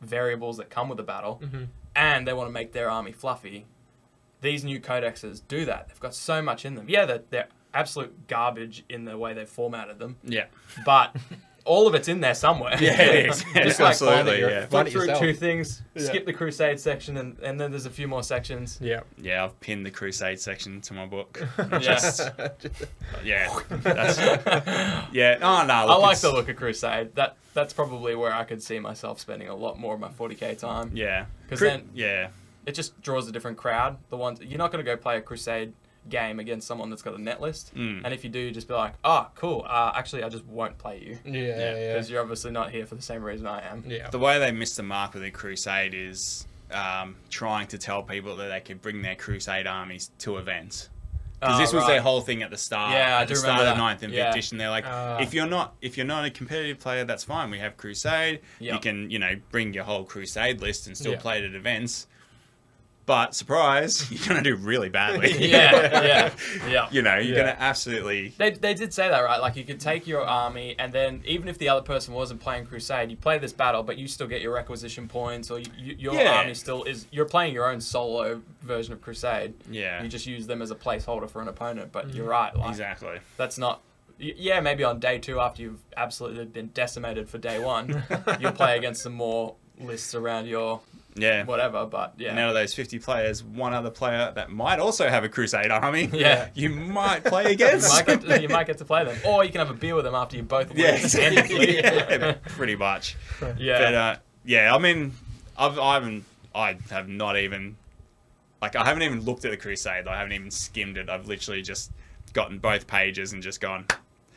S3: variables that come with a battle,
S5: Mm-hmm.
S3: and they want to make their army fluffy, these new codexes do that. They've got so much in them. Yeah, they're, they're absolute garbage in the way they've formatted them,
S5: yeah.
S3: but all of it's in there somewhere.
S5: Yeah, it is. Yeah,
S3: just like find
S5: absolutely,
S3: it, you
S5: yeah.
S3: flip
S2: Find it
S3: through
S2: yourself.
S3: two things,
S2: Yeah.
S3: skip the Crusade section, and, and then there's a few more sections.
S2: Yeah.
S5: Yeah, I've pinned the Crusade section to my book.
S3: Yes.
S5: yeah, that's, yeah. Oh no,
S3: I
S5: look,
S3: like
S5: it's-
S3: the look of Crusade. That that's probably where I could see myself spending a lot more of my 40k time.
S5: Yeah,
S3: 'Cause
S5: Cru-
S3: then-
S5: yeah,
S3: It just draws a different crowd. The ones you're not going to go play a Crusade game against someone that's got a net list.
S5: Mm.
S3: And if you do, you just be like, oh, cool. Uh, actually, I just won't play you
S2: Yeah. Yeah.
S3: because you're obviously not here for the same reason I am.
S2: Yeah.
S5: the way they missed the mark with the Crusade is um, trying to tell people that they could bring their Crusade armies to events. Because
S3: Oh,
S5: this was
S3: right.
S5: their whole thing at the start.
S3: Yeah, I
S5: at
S3: do
S5: the start
S3: remember
S5: of
S3: that.
S5: ninth and
S3: Yeah.
S5: fifth edition, they're like,
S2: Ah.
S5: if you're not if you're not a competitive player, that's fine. We have Crusade. You
S3: Yep.
S5: can you know bring your whole Crusade list and still
S2: Yeah.
S5: play it at events. But surprise, you're gonna do really badly.
S3: yeah, yeah, yeah.
S5: you know, you're
S2: Yeah.
S5: gonna absolutely.
S3: They, they did say that, right? Like, you could take your army, and then even if the other person wasn't playing Crusade, you play this battle, but you still get your requisition points, or you, you, your
S5: Yeah.
S3: army still is. You're playing your own solo version of Crusade.
S5: Yeah.
S3: You just use them as a placeholder for an opponent, but
S2: Mm.
S3: you're right. Like,
S5: Exactly.
S3: That's not. y- Yeah, maybe on day two, after you've absolutely been decimated for day one, you'll play against some more lists around your
S5: Yeah.
S3: whatever, but yeah.
S5: And out of those 50 players, one other player that might also have a Crusade army,
S3: Yeah.
S5: you might play
S3: you
S5: against.
S3: might, get to, you might get to play them, or you can have a beer with them after you both lose.
S5: yeah, exactly.
S3: yeah,
S5: yeah, pretty much.
S3: yeah.
S5: But uh, yeah, I mean, I've, I haven't, I have not even, like, I haven't even looked at the Crusade. I haven't even skimmed it. I've literally just gotten both pages and just gone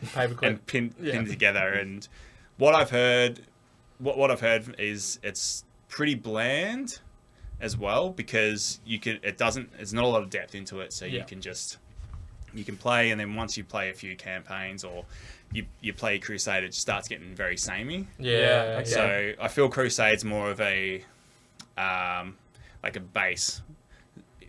S2: Paperclip.
S5: and pinned,
S2: Yeah.
S5: pinned together. And what I've heard, what what I've heard is it's pretty bland as well because you can it doesn't it's not a lot of depth into it so you
S2: Yeah.
S5: can just you can play and then once you play a few campaigns or you, you play crusade it starts getting very samey
S2: Yeah.
S3: Yeah,
S2: Yeah.
S3: okay.
S5: so I feel Crusade's more of a um, like a base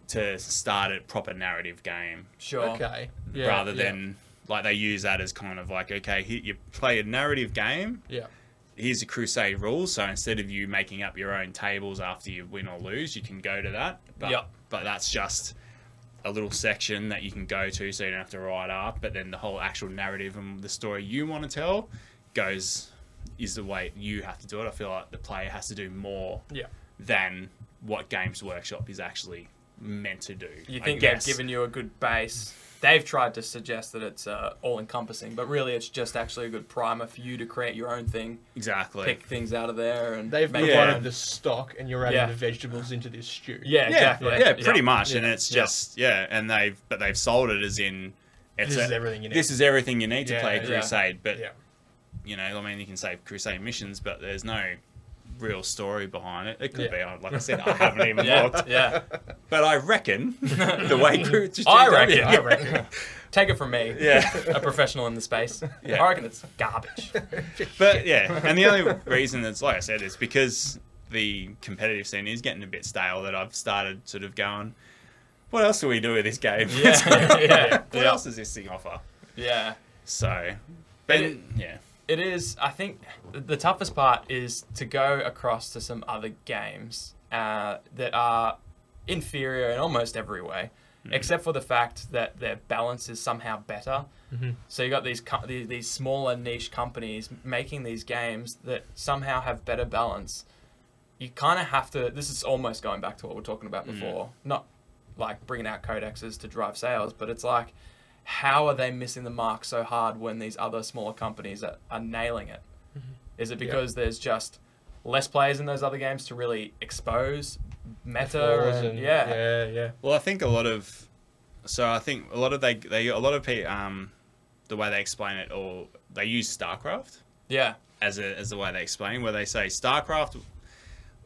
S5: to start a proper narrative game
S3: sure.
S2: Okay. Yeah,
S5: rather
S2: yeah,
S5: than like they use that as kind of like okay here, you play a narrative game
S2: Yeah.
S5: here's the crusade rules so instead of you making up your own tables after you win or lose you can go to that but,
S3: Yep.
S5: but that's just a little section that you can go to so you don't have to write up but then the whole actual narrative and the story you want to tell goes is the way you have to do it i feel like the player has to do more
S2: Yeah.
S5: than what games workshop is actually meant to do
S3: You
S5: I
S3: think they've
S5: guess.
S3: given you a good base. They've tried to suggest that it's uh, all encompassing, but really it's just actually a good primer for you to create your own thing,
S5: exactly
S3: pick things out of there, and
S2: They've
S3: make
S2: provided
S3: your
S5: Yeah.
S3: own-
S2: the stock, and you're adding
S3: Yeah.
S2: the vegetables into this stew.
S3: Yeah,
S5: yeah,
S3: exactly.
S5: yeah, pretty much. And
S2: Yeah.
S5: it's
S3: Yeah.
S5: just yeah, and they've but they've sold it as in it's
S2: This
S5: a-
S2: is everything you need.
S5: This is everything you need to
S2: Yeah,
S5: play
S2: yeah.
S5: Crusade. But
S2: Yeah.
S5: you know, I mean, you can say Crusade missions, but there's no real story behind it. It could
S2: Yeah.
S5: be I- like I said, I haven't even
S3: Yeah,
S5: looked,
S3: yeah.
S5: but I reckon the way Cru- just
S3: Oh, I
S5: GW
S3: reckon. I
S5: yeah.
S3: reckon. Take it from me,
S5: Yeah,
S3: a professional in the space.
S5: Yeah.
S3: I reckon it's garbage.
S5: but yeah, and the only reason it's like I said is because the competitive scene is getting a bit stale. That I've started sort of going, what else do we do with this game?
S3: Yeah, yeah,
S5: what
S3: yeah.
S5: else does this thing offer?
S3: Yeah.
S5: So, but
S3: it-
S5: yeah,
S3: It is. I think the toughest part is to go across to some other games uh, that are inferior in almost every way, except for the fact that their balance is somehow better. So you got these co- these, these smaller niche companies making these games that somehow have better balance. You kind of have to. This is almost going back to what we are talking about before. Not like bringing out codexes to drive sales, but it's like, how are they missing the mark so hard when these other smaller companies are, are nailing it? Is it because there's just less players in those other games to really expose meta?
S2: Floors
S3: And,
S2: and-
S3: yeah.
S2: Yeah. Yeah.
S5: well, I think a lot of, so I think a lot of they they a lot of pe um, the way they explain it, or they use StarCraft
S3: Yeah.
S5: as a as the way they explain, where they say StarCraft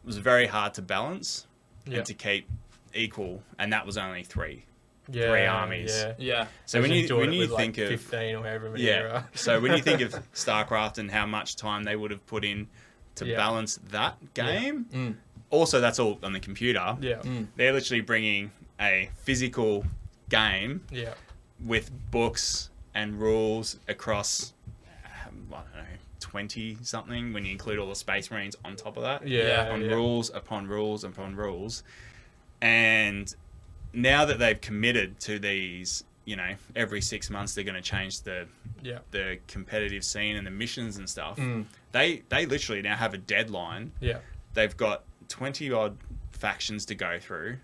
S5: was very hard to balance
S2: Yeah.
S5: and to keep equal, and that was only three.
S2: Yeah,
S5: three armies.
S2: Yeah.
S3: Yeah.
S5: So when you when you think of
S2: fifteen or however many there
S5: yeah,
S2: are.
S5: so when you think of StarCraft and how much time they would have put in to
S2: Yeah.
S5: balance that game,
S3: Mm.
S5: also that's all on the computer.
S2: Yeah.
S5: They're literally bringing a physical game
S2: Yeah.
S5: with books and rules across, um, I don't know, 20 something when you include all the Space Marines on top of that.
S2: Yeah,
S5: On
S2: yeah.
S5: rules upon rules upon rules. And now that they've committed to these you know every six months they're going to change the
S2: Yeah.
S5: the competitive scene and the missions and stuff.
S2: Mm.
S5: They they literally now have a deadline.
S2: Yeah.
S5: They've got twenty odd factions to go through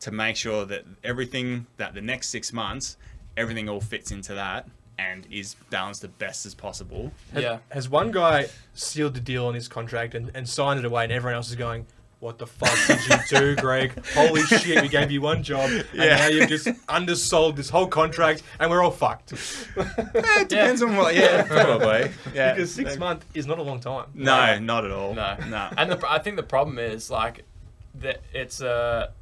S5: to make sure that everything that the next six months everything all fits into that and is balanced the best as possible.
S3: Yeah.
S2: Has one guy sealed the deal on his contract and, and signed it away, and everyone else is going, What the fuck did you do, Greg? Holy shit, we gave you one job, and
S5: Yeah.
S2: now you've just undersold this whole contract, and we're all fucked.
S5: it depends on what. Yeah, probably. Yeah.
S2: Because six
S5: They-
S2: months is not a long time.
S5: No, not at all.
S3: No,
S5: no.
S3: And the, I think the problem is like that it's a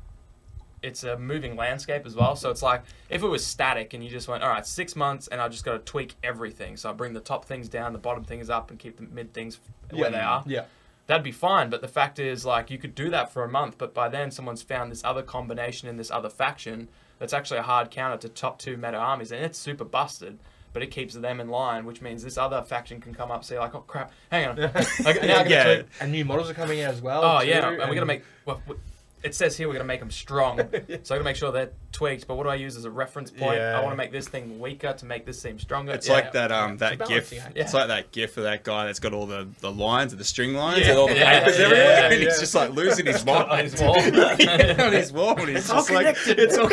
S3: it's a moving landscape as well. So it's like if it was static and you just went, all right, six months, and I just got to tweak everything. So I bring the top things down, the bottom things up, and keep the mid things where they are.
S2: Yeah.
S3: That'd be fine. But the fact is, like, you could do that for a month, but by then someone's found this other combination in this other faction that's actually a hard counter to top two meta armies, and it's super busted. But it keeps them in line, which means this other faction can come up, say like, "Oh crap, hang on, okay, now I gotta
S5: Yeah.
S3: tweak-
S2: And new models are coming out as well.
S3: Oh
S2: too,
S3: yeah, and we're gonna make. Well, we- it says here we're gonna make them strong, so I gotta make sure they're tweaked. But what do I use as a reference point?
S2: Yeah.
S3: I want to make this thing weaker to make this seem stronger.
S5: It's
S3: Yeah.
S5: like that um
S2: It's a
S5: that gif.
S2: balancing act.
S5: It's
S3: Yeah.
S5: like that gif of that guy that's got all the, the lines, the string lines,
S2: Yeah.
S5: and all the
S3: Yeah,
S5: papers
S3: yeah,
S5: everywhere,
S3: yeah,
S5: and he's
S2: yeah.
S5: just like losing his mind
S3: on his wall.
S5: Yeah, on his wall, and he's just like it's all.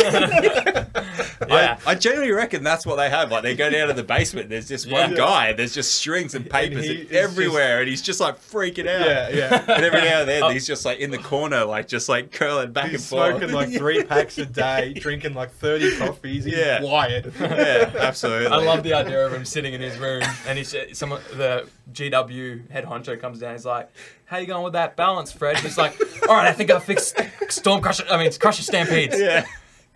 S3: Yeah.
S5: I, I generally reckon that's what they have. Like they go down to the basement. There's just
S3: Yeah.
S5: one guy. There's just strings and papers
S2: he is
S5: everywhere, and he's just like freaking out.
S2: Yeah, yeah.
S5: And every now and then, he's just like in the corner, like just like curling back
S2: He's
S5: and forth.
S2: smoking like three packs a day, drinking like 30 coffees. He's
S5: Yeah.
S2: wired.
S5: yeah, absolutely.
S3: I love the idea of him sitting in his room and he's someone the GW head honcho comes down. He's like, "How you going with that balance, Fred?" He's like, "All right, I think I fixed Stormcrusher. I mean, Crusher Stampedes."
S5: Yeah.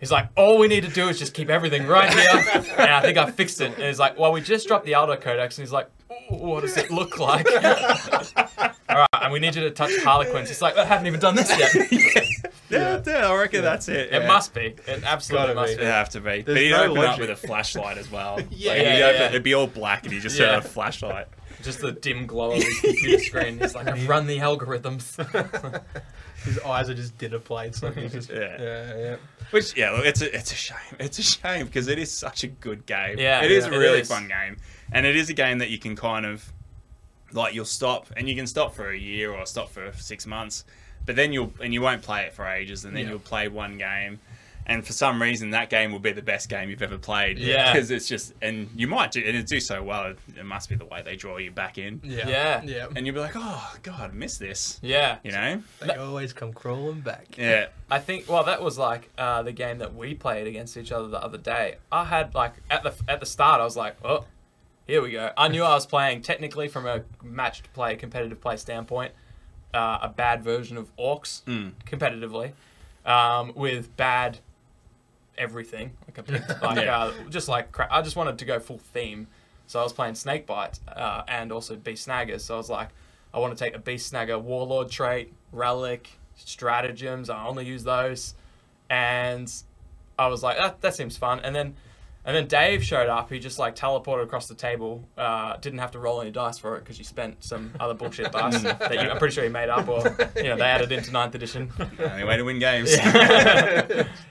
S3: He's like, all we need to do is just keep everything right here, and I think I fixed it. And he's like, well, we just dropped the Aldo Codex, and he's like, "Ooh, what does it look like? all right, and we need you to touch Harlequins. He's like, I haven't even done this yet. It
S5: Yeah, yeah, I reckon that's it. yeah.
S3: must be. It absolutely
S2: Gotta
S3: must
S2: be.
S3: be.
S5: It'd have to be.
S2: There's
S5: but he'd
S2: no
S5: open
S2: logic.
S5: up with a flashlight as
S2: Yeah,
S5: well. Like, he'd
S3: yeah,
S5: open-
S3: yeah.
S5: It'd be all black, and he just
S3: Yeah.
S5: had a flashlight.
S3: Just the dim glow of his computer screen. He's like, I've run the algorithms.
S2: His eyes are just dinner plates. Like he's just,
S5: Yeah.
S2: yeah, yeah.
S5: Which yeah, look, it's a it's a shame. It's a shame because it is such a good game.
S3: Yeah,
S5: it is
S3: yeah,
S5: a
S3: it
S5: really
S3: is.
S5: fun game, and it is a game that you can kind of like you'll stop and you can stop for a year or stop for six months, but then you'll and you won't play it for ages, and then
S3: Yeah.
S5: you'll play one game. And for some reason, that game will be the best game you've ever played.
S3: Yeah.
S5: because it's just and you might do and it do so well. It must be the way they draw you back in,
S2: Yeah.
S3: Yeah.
S2: Yeah.
S5: and you'll be like, oh god, I missed this.
S3: Yeah.
S5: You know,
S2: They always come crawling back.
S5: yeah,
S3: I think well that was like uh, the game that we played against each other the other day. I had like at the at the start I was like, oh, here we go. I knew I was playing technically from a matched play competitive play standpoint, uh, a bad version of orcs competitively, um, with bad everything. Like, I picked, like
S5: Yeah.
S3: uh, just like cra- I just wanted to go full theme, so I was playing snake bite uh, and also beast snaggers. So I was like, I want to take the beast snagger warlord trait, relic, stratagems. I only use those, and I was like, "Ah, that, that seems fun. And then, and then Dave showed up. He just like teleported across the table. Uh, didn't have to roll any dice for it because you spent some other bullshit dice that you, I'm pretty sure he made up or you know they added into ninth edition.
S5: only way to win games.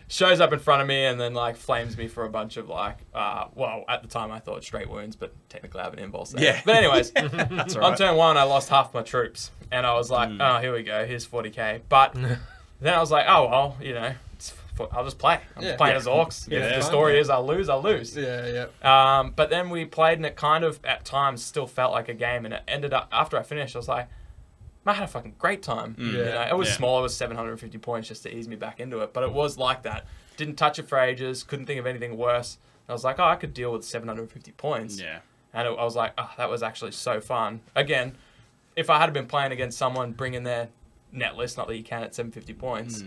S3: shows up in front of me and then like flames me for a bunch of like uh, well at the time I thought straight wounds but technically I have an impulse there.
S5: Yeah.
S3: But anyways,
S5: That's
S3: on
S5: right.
S3: turn one I lost half my troops and I was like,
S5: Mm.
S3: oh here we go, here's 40k. But then I was like, oh well, you know, it's, f- I'll just play. I'm
S2: Yeah.
S3: just playing as orcs.
S5: Yeah.
S3: If the story is I lose, I lose.
S2: Yeah, yeah.
S3: Um, but then we played, and it kind of at times still felt like a game. And it ended up after I finished, I was like, "Man, I had a fucking great time. You
S2: Yeah.
S3: know, it was
S5: Mm. Yeah.
S3: small; it was 750 points just to ease me back into it. But it was like that. Didn't touch it for ages. Couldn't think of anything worse. And I was like, "Oh, I could deal with 750 points."
S5: yeah,
S3: And it, I was like, "Oh, that was actually so fun." Again, if I had been playing against someone bringing their net list, not that you can at 750 points.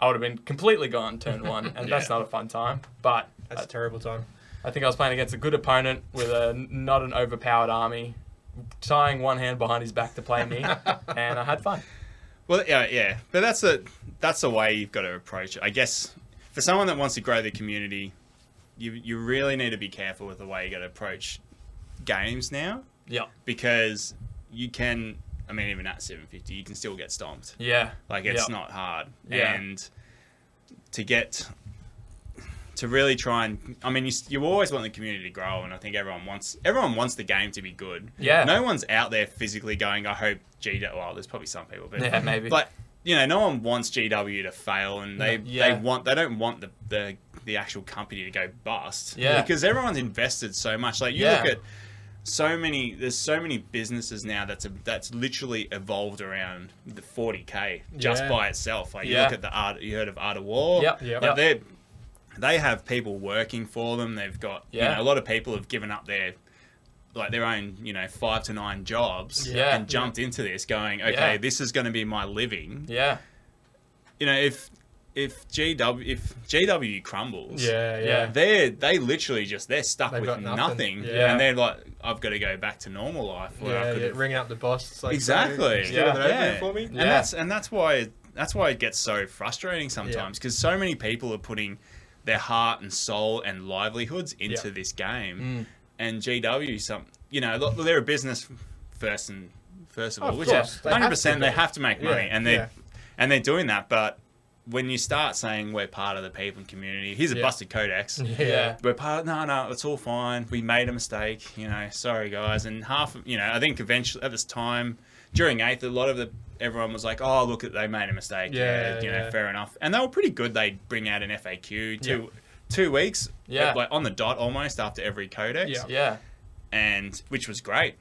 S3: I would have been completely gone turn one, and that's
S5: Mm. Yeah.
S3: not a fun time. But
S2: That's
S3: uh,
S2: a terrible time.
S3: I think I was playing against a good opponent with a not an overpowered army, tying one hand behind his back to play me, and I had fun.
S5: Well, yeah, yeah, but that's a that's the way you've got to approach it. I guess for someone that wants to grow the community, you you really need to be careful with the way you got to approach games now
S3: Yeah,
S5: because you can. I mean, even at 750, you can still get stomped.
S3: yeah,
S5: Like it's
S3: Yeah.
S5: not hard,
S3: Yeah.
S5: and to get to really try and I mean you, s- you always want the community to grow and I think everyone wants everyone wants the game to be good.
S3: Yeah.
S5: No one's out there physically going I hope GW well there's probably some people but
S3: Yeah, maybe.
S5: But you know no one wants GW to fail and they
S3: No. Yeah.
S5: they want they don't want the, the the actual company to go bust.
S3: Yeah.
S5: Because everyone's invested so much like you
S3: Yeah.
S5: look at so many there's so many businesses now that's a, that's literally evolved around the 40k just
S2: Yeah.
S5: by itself like you
S3: Yeah.
S5: look at the art you heard of art of war
S3: Yep,
S2: yep.
S5: Like, they they have people working for them they've got
S3: Yeah.
S5: you know a lot of people have given up their like their own you know 5 to 9 jobs
S3: Yeah.
S5: and jumped into this going okay
S3: Yeah.
S5: this is going to be my living
S3: yeah,
S5: you know if if GW if GW crumbles
S2: Yeah, yeah.
S3: Yeah.
S5: they're they literally just they're stuck
S2: They've
S5: with
S2: got
S5: nothing,
S2: nothing. Yeah.
S5: and they're like i've got to go back to normal life where I
S2: Yeah,
S5: could
S2: yeah, ringing up the boss. It's like,
S5: Exactly.
S2: "Sorry, just get
S3: Yeah.
S2: it over
S5: Yeah.
S2: for me.
S5: and
S3: Yeah.
S5: that's and that's why that's why it gets so frustrating sometimes because so many people are putting their heart and soul and livelihoods into this game
S2: Mm.
S5: and gw some you know look, they're a business first and first of
S2: Oh, Of
S5: all which
S2: course,
S5: is
S2: they have
S5: 100%
S2: to
S5: they
S2: be.
S5: have to make money
S2: Yeah,
S5: and they
S2: yeah.
S5: are and they're doing that but when you start saying we're part of the people and community here's a
S2: Yeah.
S5: busted codex
S3: yeah,
S5: we're part. No, no, it's all fine. We made a mistake. You know, sorry guys. And half, of, you know, I think eventually at this time during eighth, a lot of the everyone was like, oh look, they made a mistake. Yeah,
S2: Yeah,
S5: you know,
S2: yeah.
S5: fair enough. And they were pretty good. They would bring out an FAQ two
S2: Yeah.
S5: two weeks,
S3: Yeah.
S5: like on the dot almost after every codex,
S2: Yeah.
S3: yeah.
S5: and which was great.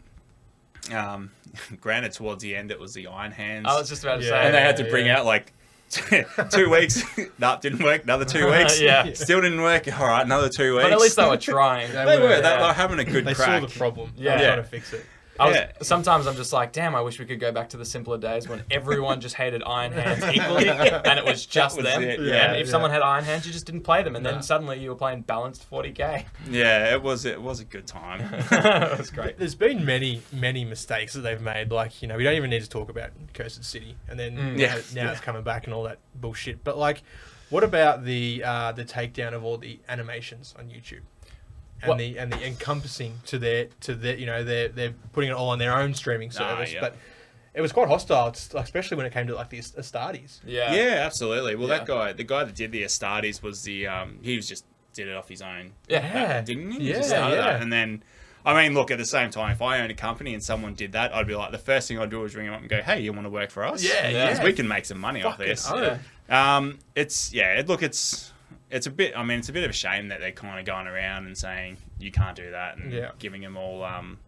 S5: Um, granted, towards the end, it was the Iron Hands,
S3: I was just about to
S2: Yeah.
S3: say.
S5: and they had to
S2: yeah,
S5: bring
S2: yeah.
S5: out like. two weeks, no, it didn't work. Another two weeks,
S3: Yeah.
S5: still didn't work. All right, another two weeks.
S3: but at least they were trying.
S2: They
S5: They were.
S2: Yeah.
S5: They, they were having a good
S2: They
S5: crack.
S2: saw the problem.
S3: Yeah.
S2: Yeah. They
S5: Yeah.
S2: were trying to fix it.
S3: I was,
S5: Yeah.
S3: Sometimes I'm just like, damn, I wish we could go back to the simpler days when everyone just hated Iron Hands equally and it was just
S5: was
S3: them.
S5: it,
S2: yeah.
S3: and if
S2: Yeah.
S3: someone had Iron Hands, you just didn't play them. And
S2: No.
S3: then suddenly you were playing balanced 40k.
S5: yeah, it was. It was a good time.
S3: that was great.
S2: There's been many, many mistakes that they've made. Like, you know, we don't even need to talk about Cursed City, and then
S3: Mm.
S2: now-
S5: Yeah.
S2: now it's coming back and all that bullshit. But like, what about the uh, the takedown of all the animations on YouTube, and
S3: What-
S2: the and the encompassing to their to their you know they're they're putting it all on their own streaming
S5: Ah,
S2: service,
S5: yeah.
S2: but it was quite hostile, it's- especially when it came to like the Ast- Astartes.
S3: Yeah.
S5: yeah. absolutely. Well,
S3: Yeah.
S5: that guy, the guy that did the Astartes, was the. Um, he was just did it off his own.
S3: Yeah.
S5: didn't he?
S2: Yeah,
S5: Just started
S2: yeah.
S5: that. And then, I mean, look. At the same time, if I owned a company and someone did that, I'd be like, the first thing I'd do is ring him up and go, "Hey, you want to work for us?
S2: Yeah,
S5: Because
S2: yeah.
S5: we can make some money off
S2: Fucking
S5: this."
S2: oath.
S3: Yeah.
S5: Um, it's yeah. It, look, it's it's a bit. I mean, it's a bit of a shame that they're kind of going around and saying you can't do that and
S2: Yeah.
S5: giving them all um,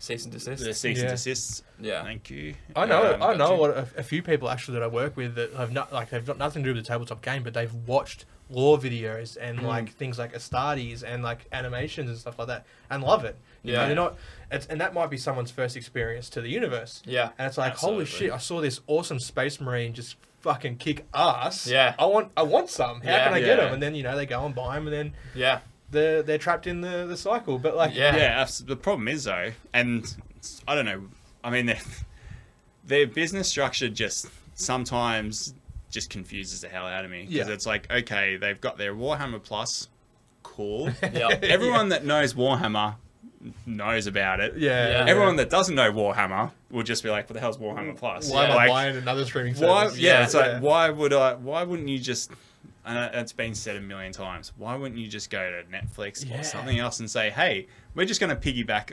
S3: Cease and desist.
S5: the cease
S2: Yeah.
S5: and desists.
S3: Yeah.
S5: Thank you.
S2: I know,
S5: Um,
S2: I
S5: but
S2: know
S5: you-
S2: what a, a few people actually that I work with that have not like they've got nothing to do with the tabletop game, but they've watched lore videos and like things like Astartes and like animations and stuff like that, and love it. You know,
S3: Yeah.
S2: they're not. It's, and that might be someone's first experience to the universe.
S3: Yeah.
S2: and it's like, holy
S5: Absolutely.
S2: shit! I saw this awesome space marine just fucking kick ass.
S3: Yeah.
S2: I want, I want some. How
S3: Yeah.
S2: can I get
S5: Yeah.
S2: them? And then you know they go and buy them, and then
S3: Yeah.
S2: they're they're trapped in the the cycle. But like,
S3: Yeah.
S5: Yeah, abs- the problem is though, and it's- I don't know. I mean, their their business structure just sometimes just confuses the hell out of me because
S2: Yeah.
S5: it's like, okay, they've got their Warhammer Plus, cool.
S3: Yeah.
S5: Everyone that knows Warhammer knows about it.
S2: yeah,
S3: Yeah.
S5: Everyone that doesn't know Warhammer will just be like, "What the hell's Warhammer Plus?"
S2: Why am I
S5: Like,
S2: buying another streaming service?
S5: why? Yeah,
S3: Yeah.
S5: it's like,
S2: Yeah.
S5: why would I? Why wouldn't you just? And it's been said a million times. Why wouldn't you just go to Netflix
S2: Yeah.
S5: or something else and say, "Hey, we're just going to piggyback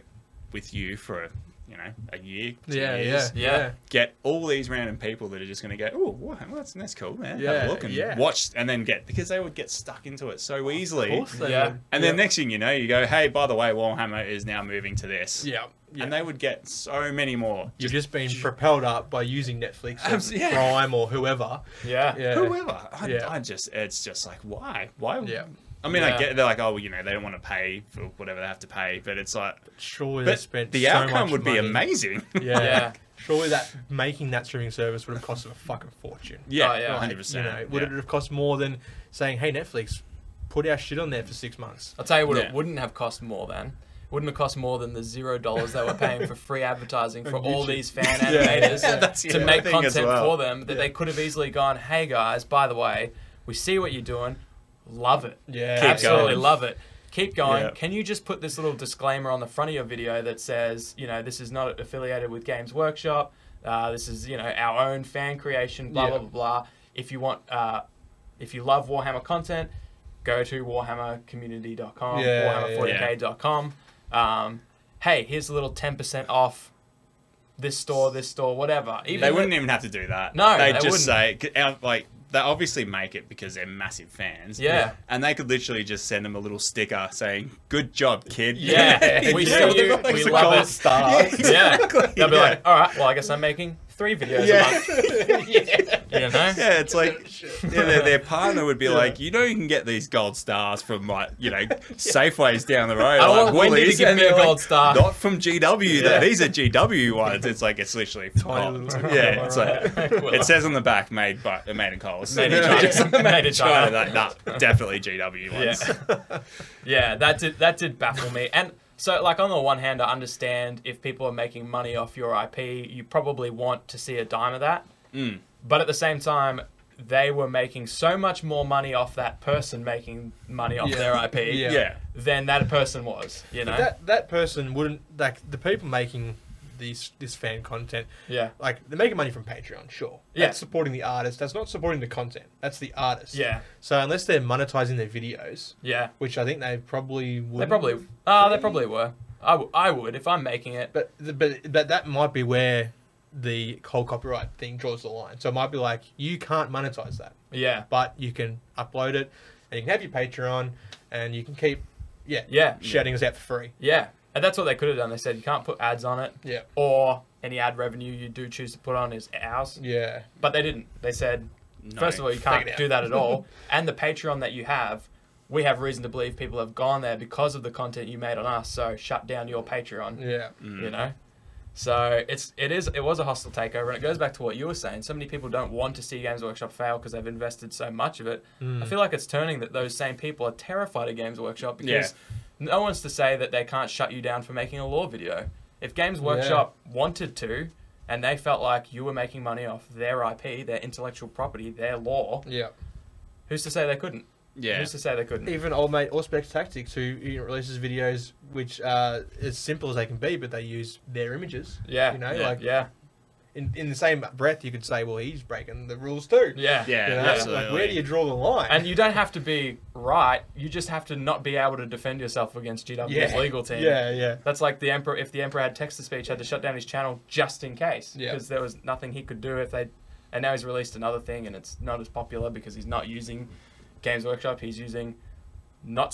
S5: with you for a, you know, a year, two
S2: Yeah, yeah,
S5: years.
S2: yeah.
S3: Yeah.
S5: Get all these random people that are just going to go, oh, wow, that's that's cool, man. Have
S2: Yeah,
S5: a look and
S2: yeah.
S5: watch, and then get because they would get stuck into it so easily.
S2: Of course they
S3: Yeah.
S2: would.
S5: And then
S2: Yeah.
S5: next thing you know, you go, hey, by the way, Warhammer is now moving to this.
S2: Yeah. yeah.
S5: And they would get so many more.
S2: You've just been propelled up by using Netflix or
S5: Abs- yeah.
S2: Prime or whoever.
S3: Yeah.
S2: Yeah.
S5: whoever. I,
S2: Yeah.
S5: I just, it's just like, why? Why?
S2: Yeah.
S5: I mean,
S3: Yeah.
S5: I get they're like, oh, well, you know, they don't want to pay for whatever they have to pay, but it's like,
S2: Surely they
S5: but
S2: spent
S5: the
S2: so
S5: outcome
S2: much
S5: would be
S2: money.
S5: amazing.
S2: Yeah.
S3: Yeah.
S2: Surely that making that streaming service would have cost them a fucking fortune.
S5: yeah,
S3: Oh, yeah.
S5: hundred
S2: Like,
S5: percent.
S2: You know, would it have cost more than saying, "Hey Netflix, put our shit on there for six months"?
S3: I'll tell you what,
S5: Yeah.
S3: it wouldn't have cost more than. Wouldn't have cost more than the zero dollars they were paying for free advertising for
S2: On
S3: all
S2: YouTube.
S3: these fan
S2: Yeah,
S3: animators
S5: yeah, that's the
S3: to make
S5: other thing as
S3: content
S5: well.
S3: for them that they could have easily gone, hey guys, by the way, we see what you're doing, love it.
S2: Yeah.
S5: Keep
S3: absolutely
S5: going.
S3: love it. Keep going.
S5: Yeah.
S3: Can you just put this little disclaimer on the front of your video that says, you know, this is not affiliated with Games Workshop. Uh, this is, you know, our own fan creation. Blah
S2: Yeah.
S3: blah blah blah. If you want, uh, if you love Warhammer content, go to warhammercommunity.com,
S2: Yeah,
S3: warhammer40k.com. Um, hey, here's a little 10% off this store, this store, whatever. Even
S5: They
S3: if-
S5: wouldn't even have to do that.
S3: No,
S5: they
S3: they
S5: just say c- out- like they obviously make it because they're massive fans.
S3: Yeah.
S5: and they could literally just send them a little sticker saying "Good job, kid."
S3: Yeah, we
S2: Yeah,
S3: see you,
S2: like
S3: we
S2: the
S3: love
S2: gold
S3: it.
S2: star.
S3: Yeah, they'll be
S5: yeah.
S3: like, all right, well, I guess I'm making three videos a month. You know?
S5: Yeah, it's like yeah, their, their partner would be like, you know, you can get these gold stars from like you know Safeways down the road.
S3: I
S5: like,
S3: want Wendy to
S5: Woolies,"
S3: give
S5: and
S3: me a
S5: they're like,
S3: gold star.
S5: Not from
S3: Yeah.
S5: GW. though. These are GW ones. It's like it's literally
S2: Tiny
S5: oh,
S2: little-
S5: yeah. It's like
S3: Well,
S5: it says on the back, made by uh, made in Coles.
S3: Made in China.
S5: Just
S3: Made in China.
S5: China, like, nah, definitely GW ones.
S3: Yeah. yeah, that did that did baffle me. And so like on the one hand I understand if people are making money off your IP, you probably want to see a dime of that.
S2: Mm.
S3: But at the same time, they were making so much more money off that person making money off
S2: Yeah.
S3: their IP
S2: Yeah.
S5: yeah.
S3: than that person was, you know?
S2: But that that person wouldn't like the people making these this fan content.
S3: yeah.
S2: Like they're making money from Patreon, sure.
S3: Yeah.
S2: That's supporting the artist. That's not supporting the content. That's the artist.
S3: Yeah.
S2: So unless they're monetizing their videos,
S3: Yeah.
S2: which I think they probably would.
S3: They probably uh, they probably were. I, w- I would if I'm making it.
S2: But but but that might be where the whole copyright thing draws the line. So it might be like you can't monetize that,
S3: Yeah.
S2: but you can upload it, and you can have your Patreon, and you can keep yeah
S3: Yeah.
S2: shouting us out for free.
S3: Yeah. And that's what they could have done. They said you can't put ads on it.
S2: Yeah.
S3: Or any ad revenue you do choose to put on is ours.
S2: Yeah.
S3: But they didn't. They said,
S5: No.
S3: first of all, you
S2: Take it
S3: can't
S2: out.
S3: do that at all. and the Patreon that you have, we have reason to believe people have gone there because of the content you made on us. So shut down your Patreon.
S2: Yeah.
S3: You know. So it's it is it was a hostile takeover, and it goes back to what you were saying. So many people don't want to see Games Workshop fail because they've invested so much of it. I feel like it's turning that those same people are terrified of Games Workshop because no one's to say that they can't shut you down for making a law video. If Games Workshop wanted to, and they felt like you were making money off their IP, their intellectual property, their law,
S2: Yeah.
S3: who's to say they couldn't?
S5: Yeah.
S3: Who's to say they couldn't?
S2: Even old mate Auspex Tactics, who you know, releases videos which are as simple as they can be, but they use their images.
S3: Yeah,
S2: You know,
S5: yeah,
S2: like
S3: Yeah,
S2: In, in the same breath, you could say, well, he's breaking the rules too.
S3: yeah,
S5: Yeah,
S2: You know,
S5: absolutely.
S2: Like, where do you draw the line?
S3: And you don't have to be right. You just have to not be able to defend yourself against GW's
S2: yeah.
S3: legal team.
S2: Yeah, yeah.
S3: That's like the emperor. If the emperor had text to speech, had to shut down his channel just in case,
S2: Yeah.
S3: because there was nothing he could do if they. And now he's released another thing, and it's not as popular because he's not using Games Workshop. He's using not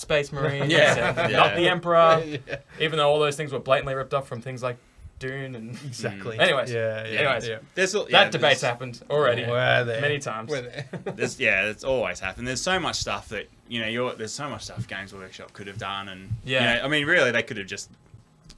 S3: Space Marines,
S5: Yeah.
S3: and
S5: Yeah.
S3: not the Emperor.
S5: Um,
S2: Yeah.
S3: Even though all those things were blatantly ripped off from things like Dune and
S5: Mm.
S2: Exactly.
S3: Anyways.
S2: Yeah, yeah.
S3: Anyways.
S2: yeah.
S5: There's, al- yeah,
S3: that debate's
S5: there's-
S3: happened already.
S2: We're there.
S3: many times.
S2: We're there.
S5: There's, yeah, it's always happened. There's so much stuff that you know. You're, there's so much stuff Games Workshop could have done, and
S3: Yeah.
S5: You know, I mean, really, they could have just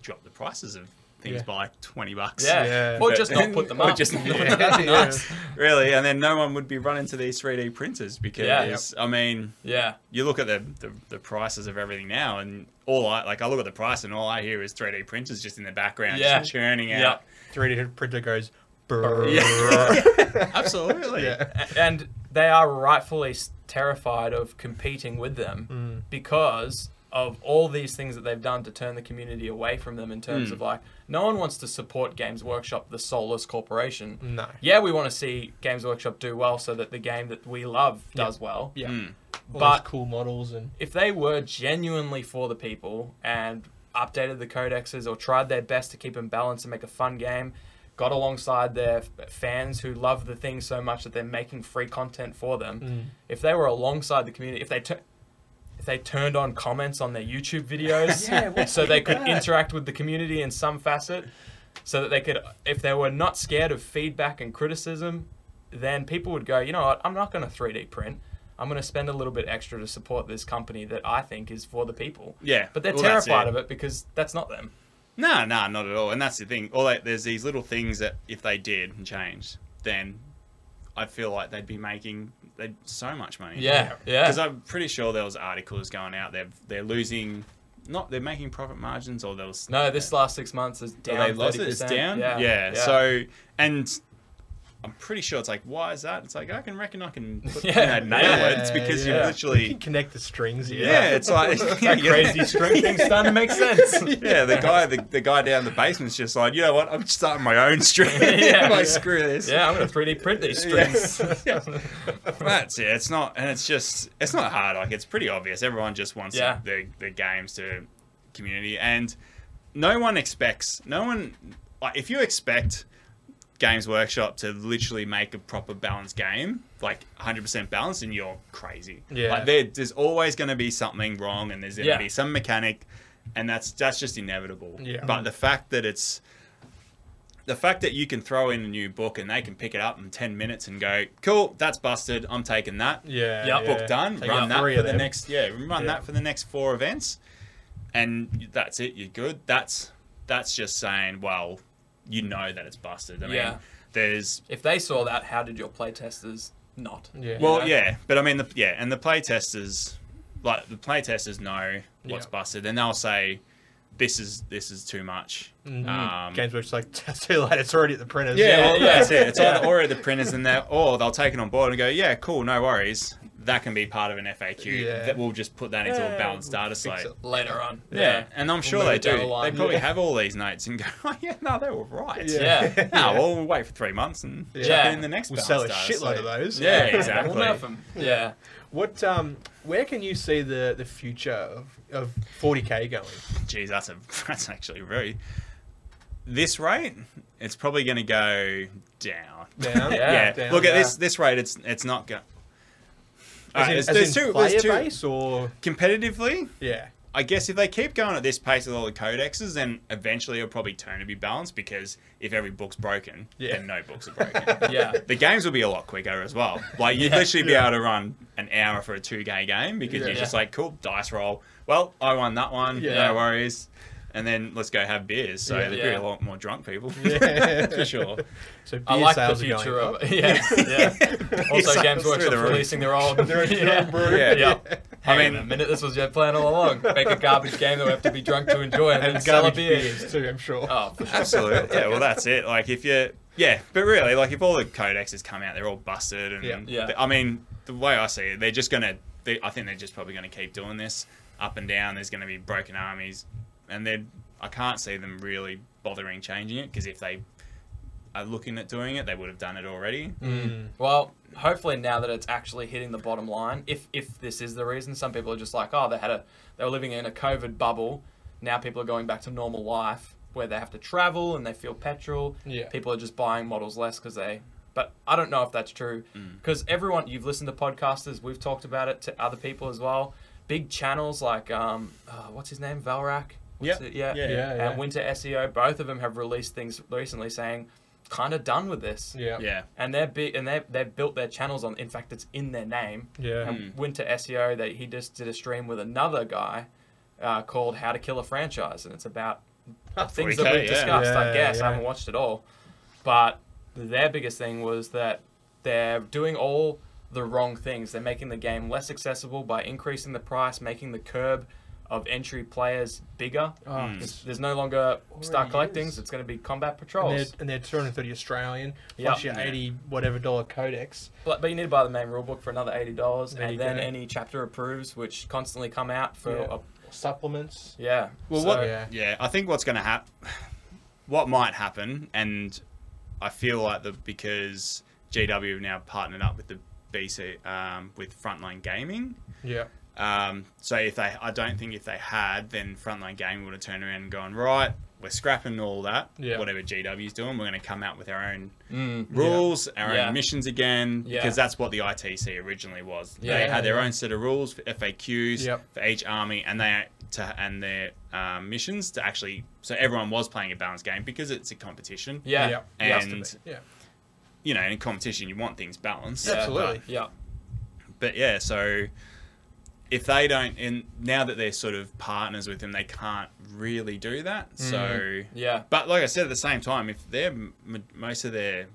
S5: dropped the prices of things
S2: Yeah.
S5: by like twenty bucks.
S3: Yeah.
S2: Yeah.
S3: or just not put them
S5: Or
S3: up.
S5: just not put
S2: Yeah,
S5: them up.
S3: That'd be
S2: yeah.
S3: nice.
S5: Really, and then no one would be running to these 3D printers because
S3: Yeah.
S5: I mean,
S3: yeah.
S5: you look at the, the the prices of everything now, and all I like, I look at the price, and all I hear is 3D printers just in the background,
S3: Yeah.
S5: just churning out.
S3: Yeah.
S2: 3D printer goes. Brr.
S5: Yeah. Absolutely.
S2: Yeah.
S3: A- and they are rightfully s- terrified of competing with them because of all these things that they've done to turn the community away from them in terms of like no one wants to support Games Workshop the soulless corporation.
S2: No.
S3: Yeah, we want to see Games Workshop do well so that the game that we love does well.
S2: Yeah.
S5: Mm.
S2: All
S3: But-
S2: those cool models and
S3: If they were genuinely for the people and updated the codexes or tried their best to keep them balanced and make a fun game, got alongside their f- fans who love the thing so much that they're making free content for them, if they were alongside the community, if they took if they turned on comments on their YouTube videos
S2: Yeah, what's
S3: so they could
S2: that?
S3: interact with the community in some facet, so that they could, if they were not scared of feedback and criticism, then people would go, you know what, I'm not going to 3D print. I'm going to spend a little bit extra to support this company that I think is for the people.
S5: Yeah,
S3: But they're
S5: well, that's
S3: terrified
S5: it.
S3: of it because that's not them.
S5: No, no, not at all. And that's the thing. All that, there's these little things that if they did and changed, then I feel like they'd be making they'd so much money.
S3: Yeah, yeah.
S5: Because I'm pretty sure there was articles going out. They're they're losing, not they're making profit margins, or there was
S3: No, this last six months is
S5: Oh,
S3: down.
S5: they lost it. It's
S3: 30%.
S5: down.
S3: Yeah.
S5: Yeah. So and I'm pretty sure it's like, why is that? It's like I can reckon I can put,
S3: Yeah.
S5: you know, nail it. It's
S2: yeah.
S5: because you're
S2: You can
S5: literally
S2: connect the strings.
S5: yeah. It's like
S3: That crazy string thing's starting to make sense.
S5: Yeah, the guy, the, the guy down the basement's just like, you know what? I'm starting my own string.
S3: Yeah.
S5: like, screw this.
S3: Yeah, I'm gonna 3D print these strings.
S5: Yeah. That's it. It's not, and it's just, it's not hard. Like, it's pretty obvious. Everyone just wants
S3: Yeah.
S5: the the games to community, and no one expects. No one, like, if you expect Games Workshop to literally make a proper balanced game, like 100% balanced, and you're crazy.
S2: Yeah.
S5: Like, there, there's always going to be something wrong, and there's going to
S3: Yeah.
S5: be some mechanic, and that's that's just inevitable.
S2: Yeah.
S5: But the fact that it's the fact that you can throw in a new book and they can pick it up in 10 minutes and go, cool, that's busted. I'm taking that.
S2: Yeah.
S3: Yeah,
S2: yeah.
S5: Book done.
S2: Take
S5: run
S2: out
S5: that
S2: three
S5: for
S2: of
S5: the
S2: them.
S5: next, yeah, run
S2: Yeah.
S5: that for the next four events. And that's it. You're good. That's, that's just saying, well, you know that it's busted. I mean,
S3: Yeah.
S5: there's,
S3: if they saw that, how did your playtesters not?
S2: Yeah.
S5: well,
S3: know?
S5: yeah, but I mean, the, yeah, and the playtesters, like the playtesters know what's
S2: Yeah.
S5: busted and they'll say, this is, this is too much. Um,
S2: Mm-hmm. Games where it's like too late. It's already at the printers.
S5: Yeah,
S3: Yeah,
S5: well,
S3: yeah.
S5: that's it. It's
S3: Yeah.
S5: either already the printers and that, or they'll take it on board and go, yeah, cool, no worries. That can be part of an FAQ.
S2: Yeah.
S5: That we'll just put that into a
S2: Yeah,
S5: balanced
S2: we'll
S5: data
S2: fix
S5: slate.
S2: it.
S3: Later on.
S5: Yeah. and I'm sure
S3: move
S5: they
S3: it down
S5: do.
S3: the
S5: They
S3: line.
S5: probably
S2: Yeah.
S5: have all these notes and go, oh yeah, no, they were right.
S2: Yeah.
S3: Yeah.
S5: No, well, we'll wait for three months and
S2: Yeah.
S5: check it in the next.
S2: We'll
S5: balanced
S2: sell a
S5: data
S2: shitload
S5: slate.
S2: of those.
S5: Yeah,
S3: Well, enough
S5: exactly.
S3: of 'em. Yeah.
S2: What? Um. Where can you see the the future of of 40k going?
S5: Jeez, that's a that's actually very. This rate, it's probably going to go down.
S2: Down.
S3: Yeah.
S5: yeah.
S2: Down,
S5: Look at
S3: yeah.
S5: this. This rate, it's it's not going.
S2: As in, as in player base or
S5: competitively.
S2: yeah.
S5: I guess if they keep going at this pace with all the codexes, then eventually it'll probably turn to be balanced because if every book's broken,
S2: Yeah.
S5: then no books are broken.
S3: Yeah.
S5: the games will be a lot quicker as well. Like you'd
S3: Yeah.
S5: literally be
S2: Yeah.
S5: able to run an hour for a two-game game because
S2: Yeah.
S5: you're just
S3: Yeah.
S5: like, cool, dice roll. Well, I won that one.
S2: Yeah.
S5: No worries. And then let's go have beers. So
S2: Yeah.
S5: there'll be
S3: Yeah.
S5: a lot more drunk people.
S2: Yeah.
S5: for sure.
S2: So beer
S3: I like the
S2: sales are
S3: future
S2: going
S3: of
S2: up.
S3: Yeah. Yeah. also,
S5: sales
S3: Games
S5: through the
S3: Workshop's
S5: roof.
S3: releasing their own.
S2: their own brew.
S5: Yeah.
S3: Yeah. I
S5: I
S3: mean,
S5: mean-
S3: a minute, this was your plan all along. Make a garbage game that we have to be drunk to enjoy and, then
S2: and
S3: sell a
S2: garbage
S3: beer.
S2: beers too. I'm sure.
S3: Oh, for sure.
S5: Absolutely. Yeah, well, that's it. Like, if you, yeah, but really, like, if all the codexes come out, they're all busted. And
S2: Yeah.
S3: Yeah.
S5: I mean, the way I see it, they're just going to, they, I think they're just probably going to keep doing this up and down. There's going to be broken armies. And then I can't see them really bothering changing it because if they are looking at doing it, they would have done it already.
S2: Mm.
S3: Well, hopefully now that it's actually hitting the bottom line, if if this is the reason, some people are just like, oh, they had a they were living in a COVID bubble. Now people are going back to normal life where they have to travel and they feel petrol.
S2: Yeah.
S3: People are just buying models less because they. But I don't know if that's true because everyone you've listened to podcasters, we've talked about it to other people as well. Big channels like um, uh, what's his name, Valrak. What's
S5: Yep.
S3: it? Yeah.
S5: Yeah,
S2: yeah, yeah.
S3: And Winter SEO, both of them have released things recently saying, kind of done with this
S2: Yeah.
S5: Yeah.
S3: and they're big and they they've built their channels on in fact it's in their name
S2: Yeah.
S5: Hmm.
S3: and winter seo that he just did a stream with another guy uh, called how to kill a franchise and it's about things that
S5: 40K,
S3: we've
S5: yeah.
S3: discussed i
S2: Hmm. Yeah,
S3: guess i
S2: yeah.
S3: haven't watched it all but their biggest thing was that they're doing all the wrong things they're making the game less accessible by increasing the price making the curb of entry players bigger
S2: Oh,
S5: Mm.
S2: it's-
S3: there's no longer star
S2: Already
S3: collectings
S2: is.
S3: it's going to be combat
S2: and, they're,
S3: patrols
S2: and they're 230 Australian
S3: Yeah.
S2: plus your 80 whatever dollar codex.
S3: But, but you need to buy the main rulebook for another eighty dollars,
S2: There
S3: and
S2: you
S3: then
S2: go.
S3: any chapter approves, which constantly come out for
S2: Yeah.
S3: yeah. A,
S2: Supplements.
S3: yeah.
S5: Well,
S3: So-
S5: what?
S2: Yeah.
S5: Yeah. I think what's going to happen, what might happen, and I feel like the because GW have now partnered up with the BC um, with Frontline Gaming.
S2: Yeah.
S5: Um, so if they, I don't think if they had, then Frontline Gaming would have turned around and gone right. We're scrapping all that.
S2: Yeah.
S5: Whatever GW's doing, we're going to come out with our own
S3: Mm,
S5: rules, our
S3: Yeah.
S5: own missions again,
S3: Yeah.
S5: because that's what the ITC originally was.
S3: Yeah.
S5: they had their own set of rules for FAQs
S2: Yep.
S5: for each army, and they to and their um, missions to actually. So everyone was playing a balanced game because it's a competition.
S3: yeah,
S2: Yeah.
S3: It has to
S5: And
S3: be.
S2: Yeah.
S5: you know, in a competition, you want things balanced.
S3: Yeah.
S2: Absolutely.
S3: yeah,
S5: But yeah, so if they don't, and now that they're sort of partners with them, they can't really do that. So
S3: yeah,
S5: but like I said, at the same time, if their m- most of their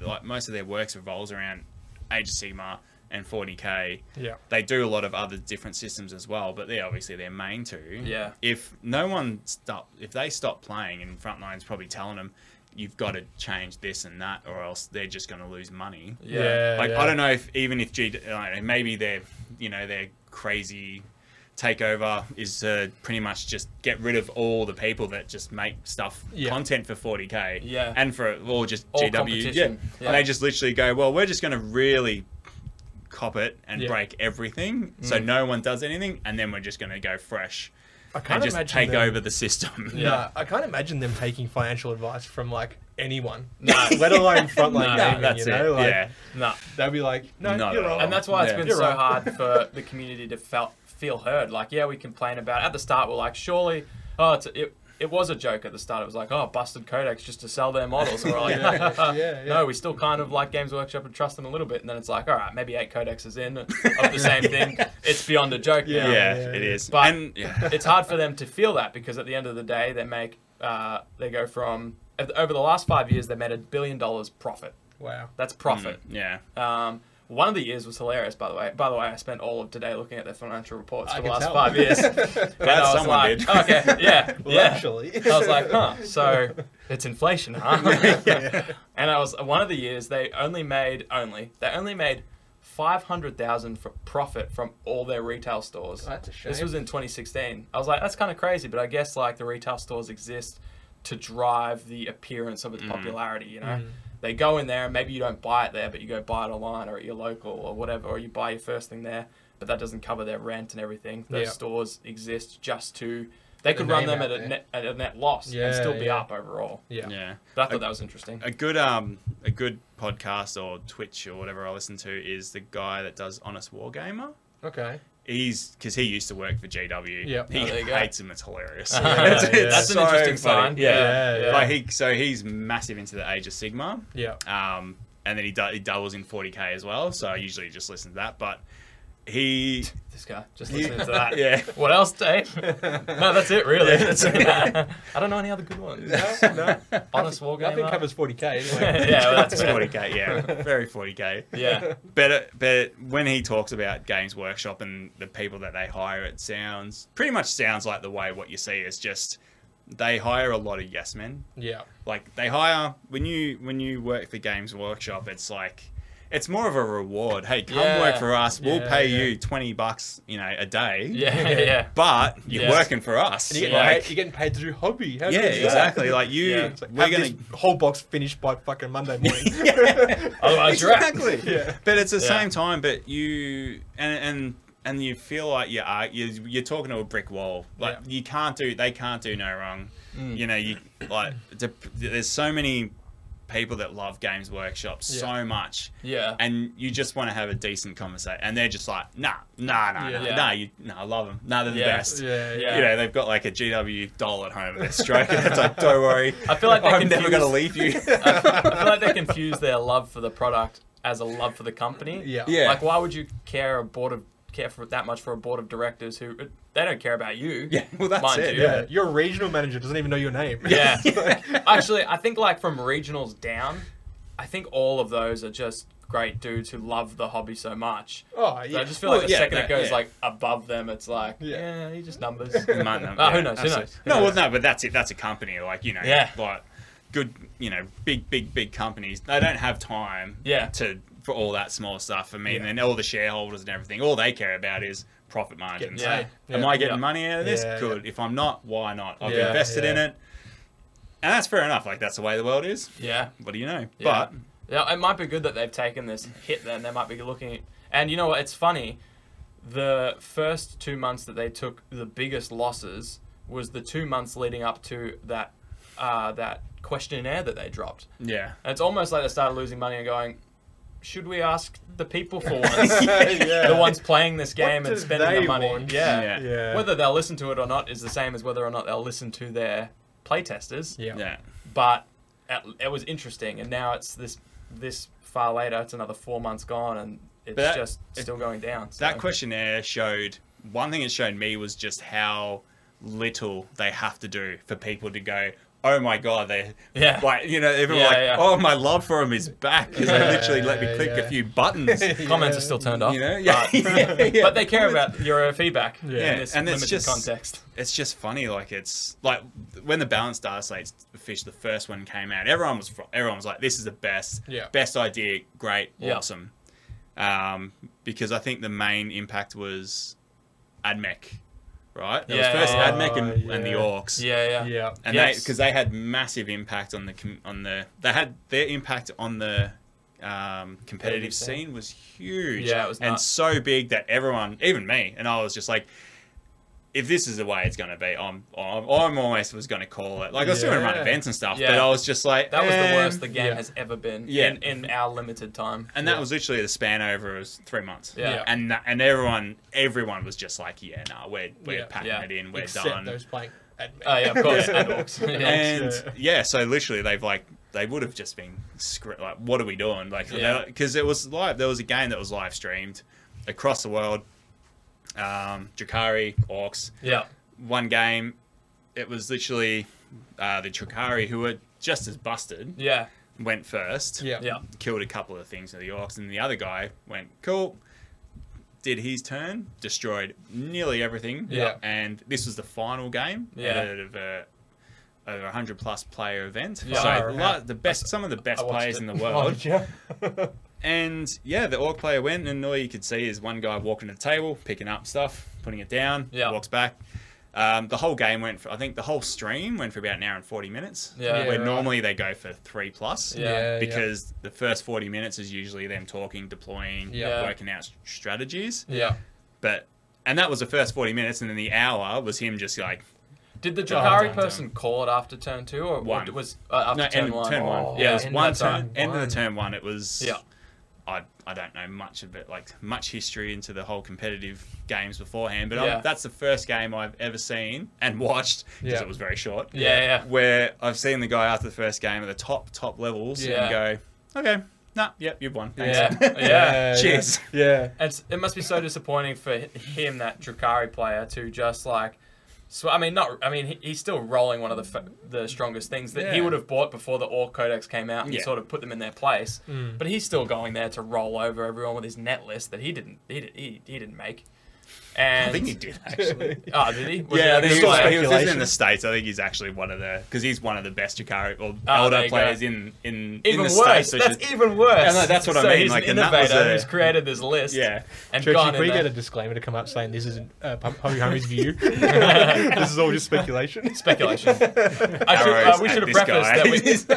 S5: like most of their works revolves around Age of Sigma and 40k,
S2: Yeah.
S5: they do a lot of other different systems as well. But they're obviously their main two.
S3: Yeah.
S5: If no one stop, if they stop playing, and Frontline's probably telling them, you've got to change this and that, or else they're just going to lose money.
S3: Yeah.
S5: like
S2: yeah.
S5: I don't know if even if G, I don't know, maybe their you know their crazy takeover is to pretty much just get rid of all the people that just make stuff
S2: Yeah.
S5: content for 40k
S3: Yeah.
S5: and for or just
S3: All
S5: GW yeah.
S3: competition. Yeah.
S5: and they just literally go well we're just going to really cop it and
S2: Yeah.
S5: break everything so no one does anything and then we're just going to go fresh
S2: I
S5: and
S2: can't
S5: just
S2: imagine
S5: take
S2: them-
S5: over the system
S2: Yeah, I can't imagine them taking financial advice from like anyone,
S3: No.
S2: let alone frontline
S3: No,
S2: gaming.
S5: that's
S2: you
S5: it
S2: know? Like,
S5: yeah
S3: Nah.
S2: they'd be like, no,
S5: Not
S2: you're
S5: at all.
S2: wrong.
S3: And that's why it's
S5: Yeah.
S3: been
S2: Oh, You're
S3: so
S2: right.
S3: hard for the community to felt, feel heard. Like, yeah, we complain about it. At the start, we're like, surely, oh, it's a, it, it was a joke at the start. It was like, oh, busted Codex just to sell their models. And we're like,
S2: Yeah, yeah, yeah.
S3: no, we still kind of like Games Workshop and trust them a little bit. And then it's like, all right, maybe eight Codexes in of the same thing. It's beyond a joke
S5: yeah,
S3: now.
S2: yeah,
S5: it
S2: yeah.
S5: is
S3: But-
S5: and yeah
S3: it's hard for them to feel that because at the end of the day, they make, uh, they go from, over the last five years, they made a billion dollars profit.
S2: wow.
S3: That's profit.
S5: yeah
S2: Mm.
S3: Um, one of the years was hilarious, by the way. By the way, I spent all of today looking at their financial reports
S2: I
S3: for the
S2: can
S3: last
S2: tell.
S3: five years. And
S5: Glad
S3: I was
S5: someone
S3: like, "Oh,
S5: did.
S3: Okay, yeah,
S2: Well,
S3: yeah.
S2: actually,
S3: I was like, huh, so it's inflation, huh? And I was one of the years they only made only they only made five hundred thousand for profit from all their retail stores.
S2: That's a
S3: This
S2: shame.
S3: was in twenty sixteen. I was like, that's kind of crazy, but I guess like the retail stores exist to drive the appearance
S2: Mm.
S3: of its popularity. You know, they go in there and maybe you don't buy it there, but you go buy it online or at your local or whatever, or you buy your first thing there. But that doesn't cover their rent and everything. Those
S2: Yeah.
S3: stores exist just to they
S2: The
S3: could run
S2: name
S3: them
S2: out
S3: at a,
S2: there.
S3: net, at a net loss
S2: Yeah,
S3: and still be
S2: yeah.
S3: up overall.
S2: yeah,
S5: yeah
S3: But I thought that was interesting.
S5: a good um a good podcast or Twitch or whatever I listen to is the guy that does Honest Wargamer.
S2: okay,
S5: He's because he used to work for GW.
S2: Yep.
S5: he
S3: Oh, there you go.
S5: hates him. It's hilarious.
S3: Yeah,
S2: yeah.
S3: That's an
S5: so
S3: interesting sign.
S5: funny.
S2: Yeah, yeah.
S5: Like he, so he's massive into the Age of Sigma.
S2: yeah,
S5: Um, and then he, do, he doubles in 40k as well. So I usually just listen to that. But he,
S3: This guy just
S5: he
S3: listening to that.
S5: yeah.
S3: What else, Dave? no, that's it, really.
S5: Yeah, that's it.
S3: I don't know any other good ones.
S2: no, no.
S3: Honest war
S2: I think
S3: gamer.
S2: covers 40k anyway.
S3: yeah, well, Oh, that's
S5: It's 40k, yeah, very 40k.
S3: Yeah,
S5: But but when he talks about Games Workshop and the people that they hire, it sounds pretty much sounds like the way what you see is just they hire a lot of yes men.
S2: yeah,
S5: Like they hire when you when you work for Games Workshop, it's like it's more of a reward. Hey, come
S3: Yeah.
S5: work for us. We'll
S2: Yeah,
S5: pay
S2: yeah.
S5: you twenty bucks, you know, a day.
S3: yeah, yeah.
S5: But you're
S3: Yeah.
S5: working for us.
S2: and you get
S5: Like,
S2: paid, you're getting paid to do hobby. How
S5: yeah,
S2: good is that?
S5: exactly. Like you,
S3: Yeah. It's
S2: It's like,
S5: we're
S2: have
S5: gonna
S2: this whole box finished by fucking Monday morning.
S3: Otherwise, you're out.
S5: exactly.
S2: Yeah.
S5: But it's the
S3: Yeah.
S5: same time. But you and and and you feel like you are you're, you're talking to a brick wall. Like
S2: Yeah.
S5: you can't do. They can't do no wrong.
S3: Mm.
S5: You know. You like. de- There's so many people that love Games Workshop so much.
S3: Yeah.
S5: And you just want to have a decent conversation, and they're just like, nah, nah, nah, nah,
S3: Yeah.
S5: nah, you, nah, I love them, nah, they're the
S3: Yeah.
S5: best.
S2: yeah,
S3: Yeah.
S5: You know, they've got like a GW doll at home, and they're stroking. it. it's like, don't worry,
S3: I feel like they
S5: I'm never gonna
S3: confuse-
S5: leave you.
S3: I feel like they confuse their love for the product as a love for the company.
S2: yeah,
S5: Yeah.
S3: Like, why would you care a board of care for that much for a board of directors who they don't care about you?
S5: yeah, well, that's
S3: Mind
S5: it.
S3: you.
S2: yeah. Your regional manager doesn't even know your name.
S3: Yeah. Actually, I think like from regionals down, I think all of those are just great dudes who love the hobby so much.
S2: oh,
S3: So
S2: yeah.
S3: I just feel
S5: Well,
S3: like the
S5: yeah,
S3: second
S5: that-
S3: it goes
S5: yeah.
S3: like above them, it's like yeah,
S2: Yeah.
S3: you just numbers.
S5: It might not-
S3: Oh, who
S5: yeah,
S3: knows, who
S5: absolutely.
S3: knows?
S5: No, well, no, but that's it. That's a company, like you know,
S3: Yeah.
S5: like good, you know, big, big, big companies. They don't have time,
S3: Yeah.
S5: to for all that small stuff. I mean, and all the shareholders and everything. All they care about is profit margins.
S3: Yeah.
S2: paid.
S5: Am I getting
S3: Yeah.
S5: money out of this?
S2: Yeah,
S5: Good. If I'm not, why not? I've
S2: Yeah,
S5: invested in
S2: yeah.
S5: it, and that's fair enough. Like that's the way the world is.
S3: yeah.
S5: What do you know?
S3: Yeah.
S5: But
S3: Yeah, it might be good that they've taken this hit then. They might be looking. And you know what? It's funny. The first two months that they took the biggest losses was the two months leading up to that uh, that questionnaire that they dropped.
S5: yeah,
S3: And it's almost like they started losing money and going, should we ask the people for once?
S2: yeah.
S3: the ones playing this game
S2: What
S3: and
S2: do
S3: spending
S2: they
S3: their money.
S2: want?
S3: Yeah.
S5: Yeah.
S2: Yeah.
S3: Whether they'll listen to it or not is the same as whether or not they'll listen to their playtesters.
S2: yeah.
S5: yeah,
S3: But at, it was interesting, and now it's this this far later. It's another four months gone, and it's
S5: But that-
S3: just still going down. so-
S5: That questionnaire showed one thing it showed me was just how little they have to do for people to go, oh my god, they,
S3: Yeah.
S5: like you know, everyone
S3: Yeah,
S5: like,
S3: yeah.
S5: oh my love for him is back because they
S2: Yeah,
S5: literally let me
S2: yeah,
S5: click
S2: yeah.
S5: a few buttons. you
S3: Comments are still turned off.
S5: know, yeah,
S3: But, but they care about your feedback
S2: Yeah,
S3: in this
S5: and it's
S3: limited
S5: just-
S3: context.
S5: it's just funny. Like it's like when the Balanced Star Slates fish, the first one came out. Everyone was fr- everyone was like, "This is the best,
S2: Yeah.
S5: best idea, great,
S3: Yeah.
S5: awesome." Um, because I think the main impact was AdMech, right? It
S3: Yeah.
S5: was first
S3: Oh,
S5: AdMech and, and the
S2: yeah.
S5: Orcs.
S3: Yeah, yeah.
S2: Yeah.
S5: and they
S3: Yes.
S5: because they had massive impact on the com- on the they had their impact on the um, competitive
S3: Competitive scene.
S5: scene was huge.
S3: Yeah, it was
S5: and
S3: nuts.
S5: so big that everyone, even me, and I was just like. If this is the way it's going to be, I'm, I'm I'm almost was going to call it. Like I was still going to run
S2: Yeah.
S5: events and stuff, but
S3: Yeah.
S5: I was just like,
S3: That was the
S5: "Um,"
S3: worst the game
S2: yeah.
S3: has ever been
S5: Yeah.
S3: in, in our limited time.
S5: And that was literally the span over was three months.
S3: Yeah.
S2: Yeah.
S5: and that, and everyone everyone was just like, yeah, nah, we're we're
S2: Yeah.
S5: packing
S3: Yeah.
S5: it in, we're
S2: Except
S5: done.
S2: those playing at me.
S3: Oh yeah, of course.
S5: Yeah.
S3: And orcs. Yeah.
S5: and
S2: Yeah.
S5: yeah. so literally they've like they would have just been scr- like, what are we doing? Like,
S3: Yeah.
S5: because it was live. There was a game that was live streamed across the world. Um, Drakari, Orcs,
S3: yeah.
S5: one game. It was literally uh, the Drakari who were just as busted
S3: Yeah.
S5: went first.
S2: Yeah.
S3: Yeah.
S5: killed a couple of things in the Orcs, and the other guy went cool. Did his turn, destroyed nearly everything.
S2: Yeah.
S5: And this was the final game
S3: Yeah.
S5: out of uh, a over 100 plus player event.
S3: Yeah.
S5: So
S2: Far
S5: lo- the best, some of the best
S3: I watched
S5: players
S3: it.
S5: in the
S2: Oh,
S5: world.
S2: yeah.
S5: And yeah, the orc player went, and all you could see is one guy walking to the table, picking up stuff, putting it down,
S3: Yeah.
S5: walks back. Um, the whole game went for, I think the whole stream went for about an hour and 40 minutes.
S3: Yeah. Yeah,
S5: Where
S2: right.
S5: normally they go for three plus
S3: Yeah.
S2: Yeah,
S5: because the first 40 minutes is usually them talking, deploying,
S2: Yeah.
S5: working out s- strategies.
S2: yeah.
S5: But and that was the first 40 minutes, and then the hour was him just like
S3: Did the
S5: Dun,
S3: Drakari
S5: dun,
S3: person call it after turn two, or
S5: One.
S3: what was uh, after
S5: no,
S3: turn
S5: end,
S3: one?
S5: turn one.
S3: Oh,
S5: yeah, it was
S3: end
S5: one
S3: of
S5: turn,
S3: turn
S5: end of
S2: one.
S5: the turn one. It was
S3: Yeah.
S5: I, I don't know much of it, like much history into the whole competitive games beforehand, but
S3: Yeah.
S5: I'm, that's the first game I've ever seen and watched because
S2: Yeah.
S5: it was very short.
S3: Yeah, yeah.
S5: Where I've seen the guy after the first game at the top top levels
S3: Yeah.
S5: and go, okay, nah, yep, you've won. Thanks.
S3: Yeah, yeah.
S5: Cheers.
S2: Yeah.
S3: And it's- it must be so disappointing for h- him, that Drakari player, to just like. So I mean, not. I mean, he, he's still rolling one of the f- the strongest things that he
S5: Yeah.
S3: would have bought before the Orc Codex came out and
S5: Yeah.
S3: sort of put them in their place. But he's still going there to roll over everyone with his net list that he didn't. He did, he, he didn't make. And
S5: I think he did actually.
S3: Oh, did he? Was
S5: yeah,
S3: it-
S5: I think
S3: was
S5: he
S3: it
S5: was,
S3: like-
S5: he was living in
S2: speculation.
S5: the states. I think he's actually one of the because he's one of the best Jakari or
S3: Ah, there
S5: elder
S3: you go.
S5: players in in
S3: even
S5: in the
S3: worse.
S5: states. which
S3: that's
S5: is-
S3: even worse.
S5: Yeah, no, that's what I
S3: so
S5: mean,
S3: He's
S5: like,
S3: an
S5: and that was
S3: innovator
S5: a-
S3: who's created this list.
S5: yeah,
S3: and
S2: Churchy,
S3: gone
S2: if we
S3: in
S2: get
S3: there.
S2: a disclaimer to come up saying this isn't uh, Pump- Hungry Homie's view, this is all just speculation.
S3: speculation. I should, uh,
S5: Arrows
S3: we
S5: at
S3: should have
S5: this
S3: prefaced
S5: guy.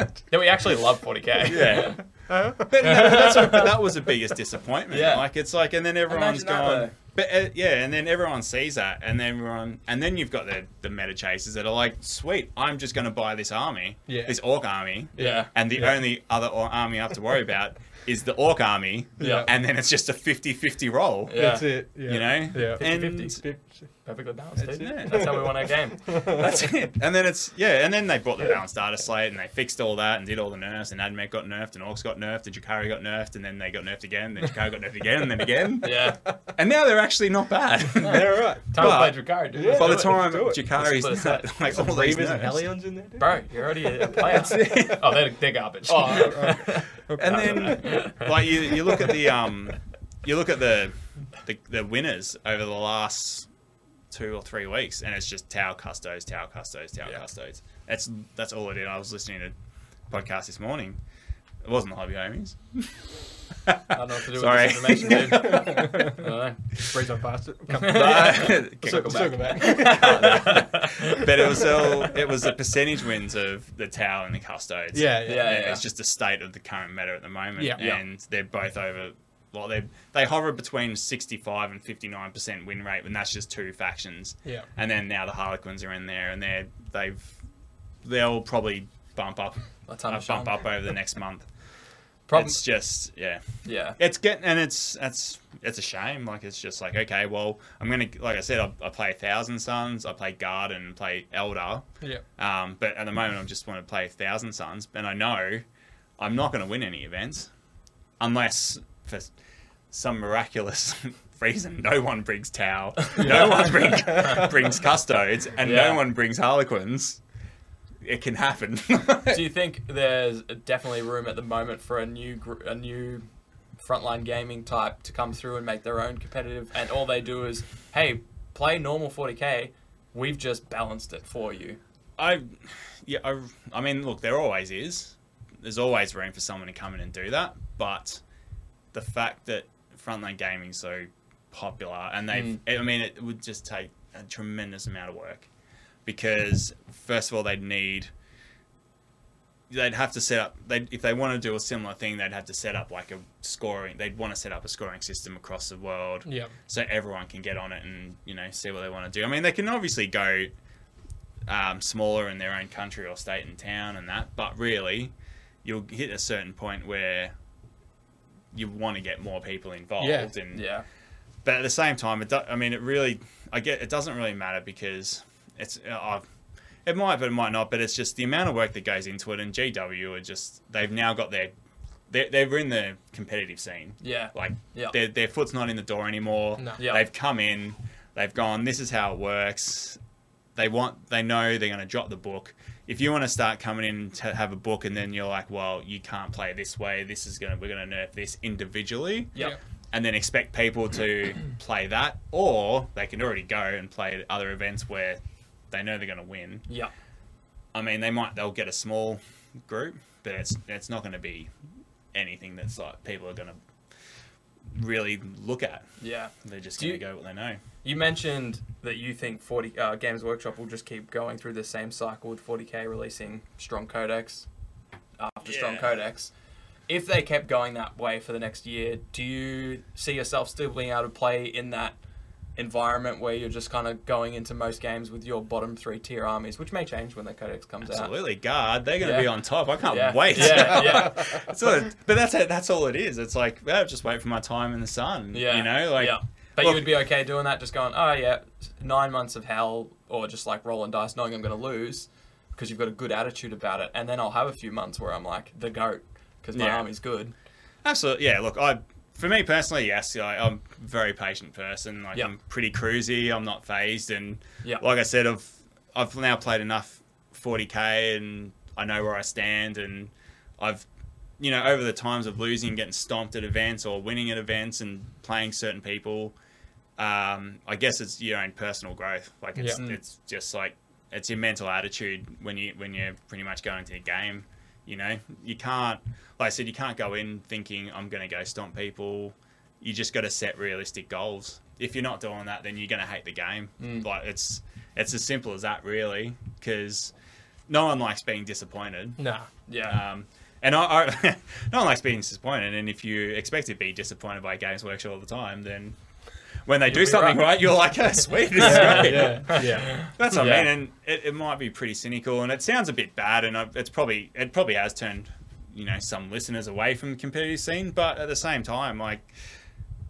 S3: that we, that we actually love 40k.
S5: yeah. but no, that's what, that was the biggest disappointment.
S3: Yeah.
S5: Like it's like, and then everyone's
S3: Imagine that,
S5: gone.
S3: though.
S5: But uh, yeah, and then everyone sees that, and then everyone, and then you've got the the meta chasers that are like, sweet, I'm just going to buy this army,
S2: Yeah.
S5: this orc army,
S3: Yeah.
S5: and the
S2: Yeah.
S5: only other or- army I have to worry about is the orc army,
S3: Yeah.
S5: and then it's just a 50-50 roll.
S3: Yeah.
S2: That's it. Yeah.
S5: You know,
S2: Yeah.
S5: and
S3: 50-50. Perfectly balanced,
S5: That's
S3: dude.
S5: it.
S3: That's how we won our game.
S5: That's it. And then it's yeah, and then they brought the balanced data slate and they fixed all that and did all the nerfs and Admech got nerfed and Orcs got nerfed and Jakari got nerfed and then they got nerfed again, then Jakari got nerfed again and then again.
S3: Yeah.
S5: And now they're actually not bad.
S2: Yeah, right.
S3: Time to play
S5: But-
S3: Drakari, dude.
S2: Yeah.
S3: Let's
S5: By the
S3: do it.
S5: time
S2: do it.
S5: Jakari's
S3: Let's split it
S5: not, like all these
S2: Reavers and
S5: nerfs.
S2: Hellions in there, dude.
S3: Bro, you're already a player. oh, they're, they're garbage.
S2: Oh, right, right.
S5: And then like you, you look at the um you look at the, the the winners over the last two or three weeks and it's just Tau Custos, Tau Custos, Tau
S3: Yeah.
S5: Custos. That's that's all it is. I was listening to a podcast this morning. It wasn't the hobby homies.
S3: I don't know what to do
S5: Sorry.
S3: with this information, dude. I don't know.
S2: Breeze on past it. Come
S5: but
S2: circle, circle back.
S5: it was all, it was the percentage wins of the Tau and the Custodes.
S2: Yeah,
S3: Yeah,
S2: yeah.
S5: And
S3: yeah.
S5: It's just the state of the current meta at the moment.
S2: Yeah. Yeah.
S5: And they're both over well they they hover between sixty five and fifty nine percent win rate and that's just two factions.
S2: Yeah.
S5: And then now the Harlequins are in there and they're they've they'll probably bump up uh,
S3: A ton of
S5: bump
S3: shine.
S5: up over the next month.
S3: Problem,
S5: It's just yeah.
S3: yeah.
S5: It's getting and it's that's it's a shame. Like it's just like okay, well I'm gonna like I said I, I play Thousand Sons, I play Guard and play Elder,
S2: Yeah.
S5: um, but at the moment I just want to play Thousand Sons, and I know I'm not gonna win any events unless for some miraculous reason no one brings Tau, no one bring, brings Custodes, and
S3: Yeah.
S5: no one brings Harlequins. it can happen.
S3: Do you think there's definitely room at the moment for a new gr- a new frontline gaming type to come through and make their own competitive? And all they do is, hey, play normal 40k. We've just balanced it for you.
S5: I, yeah, I, I mean, look, there always is. There's always room for someone to come in and do that, but the fact that frontline gaming is so popular, and they've, I mean, it would just take a tremendous amount of work because first of all, they'd need, they'd have to set up, they if they want to do a similar thing, they'd have to set up like a scoring, they'd want to set up a scoring system across the world,
S2: Yeah.
S5: so everyone can get on it and you know see what they want to do. I mean, they can obviously go um, smaller in their own country or state and town and that, but really, you'll hit a certain point where you want to get more people involved.
S2: Yeah,
S5: and
S3: Yeah.
S5: but at the same time, it do, I mean, it really, I get it doesn't really matter because it's uh, I've, it might, but it might not. But it's just the amount of work that goes into it, and GW are just they've now got their they're, they're in the competitive scene.
S3: Yeah.
S5: Like
S3: Yeah.
S5: their their foot's not in the door anymore.
S2: No.
S3: Yeah.
S5: They've come in, they've gone, this is how it works. They want they know they're gonna drop the book. If you want to start coming in to have a book and then you're like, well, you can't play it this way. This is gonna we're gonna nerf this individually,
S3: Yeah.
S5: and then expect people to play that, or they can already go and play at other events where they know they're gonna win.
S3: Yeah.
S5: I mean, they might they'll get a small group, but it's it's not going to be anything that's like people are going to really look at.
S3: Yeah.
S5: They're just
S3: Do
S5: going to
S3: you-
S5: go what they know.
S3: You mentioned that you think 40 uh, Games Workshop will just keep going through the same cycle with 40k releasing strong codex after strong
S5: Yeah.
S3: codex. If they kept going that way for the next year, do you see yourself still being able to play in that environment where you're just kind of going into most games with your bottom three tier armies, which may change when the codex comes out?
S5: Absolutely, guard. They're going to
S3: Yeah.
S5: be on top. I can't
S3: Yeah.
S5: wait.
S3: Yeah, yeah.
S5: That's all it- but that's it. That's all it is. It's like well, just wait for my time in the sun.
S3: Yeah.
S5: you know, like
S3: Yeah. But
S5: look-
S3: you would be okay doing that, just going, oh, yeah, nine months of hell, or just like rolling dice, knowing I'm going to lose because you've got a good attitude about it. And then I'll have a few months where I'm like, the goat, because my
S5: Yeah.
S3: army's good.
S5: Absolutely, yeah. Look, I for me personally, yes, I, I'm a very patient person. Like
S3: Yeah.
S5: I'm pretty cruisy. I'm not phased, and
S3: Yeah.
S5: like I said, I've I've now played enough 40k, and I know where I stand, and I've you know over the times of losing, getting stomped at events or winning at events, and playing certain people. Um, I guess it's your own personal growth. Like it's
S3: Yeah.
S5: it's just like it's your mental attitude when you when you're pretty much going to the game. You know, you can't, like I said, you can't go in thinking I'm going to go stomp people. You just got to set realistic goals. If you're not doing that, then you're going to hate the game. Like it's it's as simple as that, really, because no one likes being disappointed.
S2: Nah.
S3: Yeah.
S5: Um, and I, I no one likes being disappointed. And if you expect to be disappointed by Games Workshop all the time, then when they do
S3: be
S5: something
S3: right.
S5: right. you're like, oh, sweet, this is
S2: Yeah,
S5: great.
S2: yeah, yeah.
S5: That's what
S3: Yeah.
S5: I mean, and it, it might be pretty cynical, and it sounds a bit bad, and I- it's probably it probably has turned you know some listeners away from the competitive scene, but at the same time, like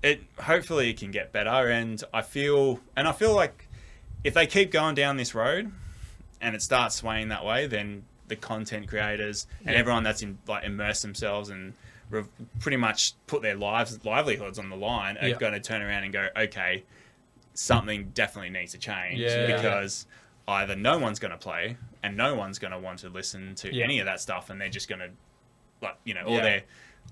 S5: it hopefully it can get better, and I feel and I feel like if they keep going down this road, and it starts swaying that way, then the content creators and
S2: Yeah.
S5: everyone that's in, like immersed themselves and re- pretty much put their lives livelihoods on the line are
S2: Yeah.
S5: going to turn around and go, okay, something definitely needs to change
S2: Yeah.
S5: because either no one's going to play and no one's going to want to listen to
S2: Yeah.
S5: any of that stuff, and they're just going to like you know all
S3: Yeah.
S5: their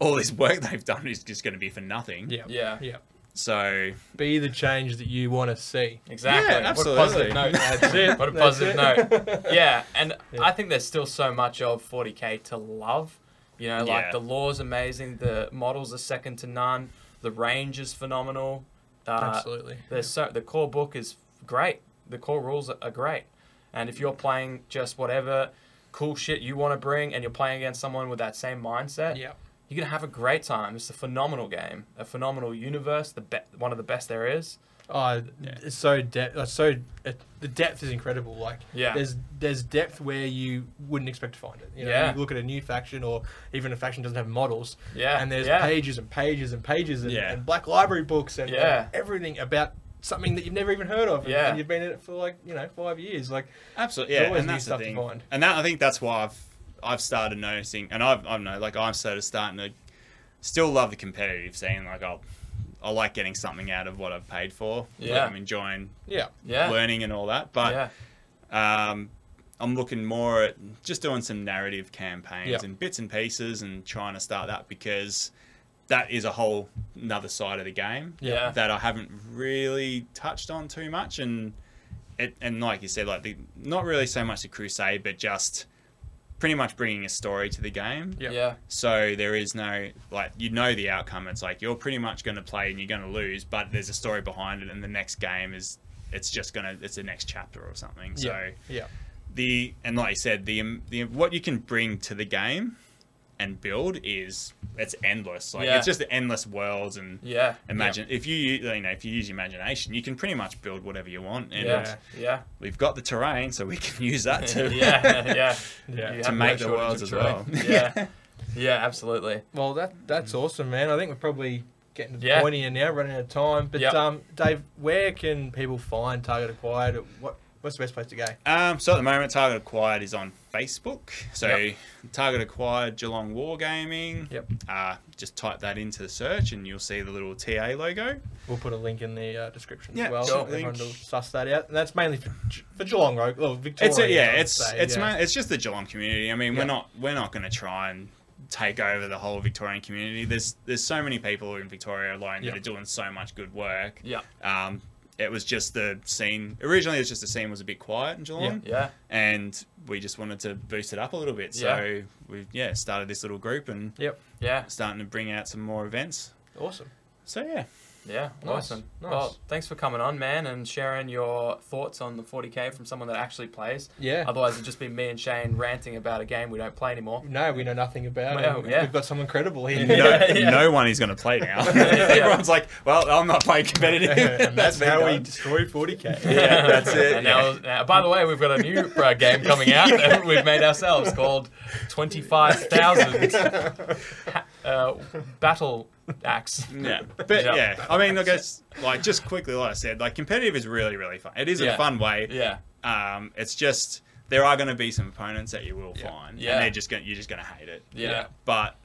S5: all this work they've done is just going to be for nothing.
S2: Yeah.
S3: Yeah.
S2: Yeah.
S5: So
S2: Be the change that you want to see.
S3: Exactly.
S5: Yeah,
S3: What a positive
S5: absolutely.
S3: note.
S2: That's it.
S3: What a
S2: That's
S3: positive
S2: it.
S3: note. Yeah, and I think there's still so much of 40k to love. You know, like
S5: Yeah.
S3: the lore's amazing, the models are second to none, the range is phenomenal. Uh,
S2: Absolutely.
S3: There's so the core book is great. The core rules are- are great, and if you're playing just whatever cool shit you want to bring, and you're playing against someone with that same mindset,
S2: Yeah.
S3: you're gonna have a great time. It's a phenomenal game, a phenomenal universe, the be- one of the best there is.
S2: Oh, it's so depth. So it, the depth is incredible. Like,
S3: Yeah.
S2: there's there's depth where you wouldn't expect to find it. You know,
S3: Yeah.
S2: you look at a new faction or even a faction doesn't have models.
S3: Yeah,
S2: and there's
S3: yeah.
S2: pages and pages and pages and,
S5: Yeah.
S2: and black library books and,
S3: Yeah.
S2: and everything about something that you've never even heard of. And,
S3: Yeah.
S2: and you've been in it for like you know five years. Like,
S5: Absolutely,
S2: There's
S5: yeah,
S2: always
S5: and
S2: new
S5: that's
S2: stuff
S5: the
S2: to
S5: thing.
S2: find.
S5: And that I think that's why I've I've started noticing, and I've I don't know, like I'm sort of starting to still love the competitive scene. Like I'll I like getting something out of what I've paid for. Like,
S3: Yeah.
S5: I'm enjoying
S2: yeah,
S3: Yeah,
S5: learning and all that. But
S3: yeah,
S5: um, I'm looking more at just doing some narrative campaigns
S2: Yep.
S5: and bits and pieces and trying to start that because that is a whole another side of the game
S3: Yeah.
S5: that I haven't really touched on too much and it, and like you said like the, not really so much the crusade but just pretty much bringing a story to the game
S2: Yeah.
S3: Yeah.
S5: so there is no like you know the outcome. It's like you're pretty much going to play and you're going to lose, but there's a story behind it, and the next game is it's just gonna it's the next chapter or something. So
S2: yeah,
S5: the and like you said, the, um, the what you can bring to the game and build is it's endless. Like
S3: Yeah.
S5: it's just endless worlds and
S3: Yeah.
S5: imagine if you you know if you use your imagination, you can pretty much build whatever you want. And
S3: Yeah. Yeah.
S5: we've got the terrain, so we can use that
S3: Yeah.
S5: to
S3: Yeah. yeah.
S2: yeah.
S3: You
S5: to
S3: have
S5: make
S3: no
S5: the
S3: shortage
S5: worlds
S3: of
S5: as
S3: terrain.
S5: well.
S3: Yeah. Yeah. Absolutely.
S2: Well, that that's awesome, man. I think we're probably getting to the
S3: Yeah.
S2: point here now, running out of time. But
S3: Yep.
S2: um, Dave, where can people find Target Acquired? What what's the best place to go?
S5: Um, so at the moment, Target Acquired is on Facebook. So
S3: Yep.
S5: Target Acquired Geelong Wargaming.
S2: Yep,
S5: Uh, just type that into the search and you'll see the little TA logo.
S2: we'll put a link in the uh, description
S5: Yeah,
S2: as well.
S5: sure.
S2: Everyone
S5: Link.
S2: will suss that out. And that's mainly for, Ge- for Geelong, right? Well, Victoria.
S5: it's a, yeah,
S2: I would
S5: it's
S2: say,
S5: it's
S2: yeah.
S5: ma- it's just the Geelong community. I mean,
S2: Yep.
S5: we're not we're not going to try and take over the whole Victorian community. There's there's so many people in Victoria alone
S2: Yep.
S5: that are doing so much good work.
S3: Yeah.
S5: Um, it was just the scene originally. It was just the scene was a bit quiet in Geelong.
S3: Yeah.
S5: and we just wanted to boost it up a little bit. So we've yeah started this little group and
S2: Yep,
S3: Yeah.
S5: starting to bring out some more events.
S2: awesome.
S5: So yeah,
S3: Yeah.
S2: Nice,
S3: Awesome.
S2: nice.
S3: Well, thanks for coming on, man, and sharing your thoughts on the 40k from someone that actually plays.
S2: Yeah.
S3: Otherwise, it'd just be me and Shane ranting about a game we don't play anymore.
S2: No, we know nothing about
S3: Well,
S2: it.
S3: yeah.
S2: We've got someone credible here.
S5: no,
S3: yeah.
S5: no one is going to play now.
S3: yeah.
S5: Everyone's like, well, I'm not playing competitive.
S2: and that's
S5: been
S2: how we
S5: done.
S2: destroy 40k.
S5: Yeah, that's it.
S3: And now,
S5: yeah.
S3: now- by the way, we've got a new uh, game coming out that we've made ourselves called 25,000 Ha- uh, Battle Axe.
S5: Yeah. but
S3: Yeah.
S5: yeah. I mean, I guess like just quickly, like I said, like competitive is really, really fun. It is
S3: Yeah.
S5: a fun way.
S3: Yeah.
S5: Um, it's just there are going to be some opponents that you will find,
S3: Yeah.
S5: and they're just going you're just going to hate it.
S3: Yeah.
S5: But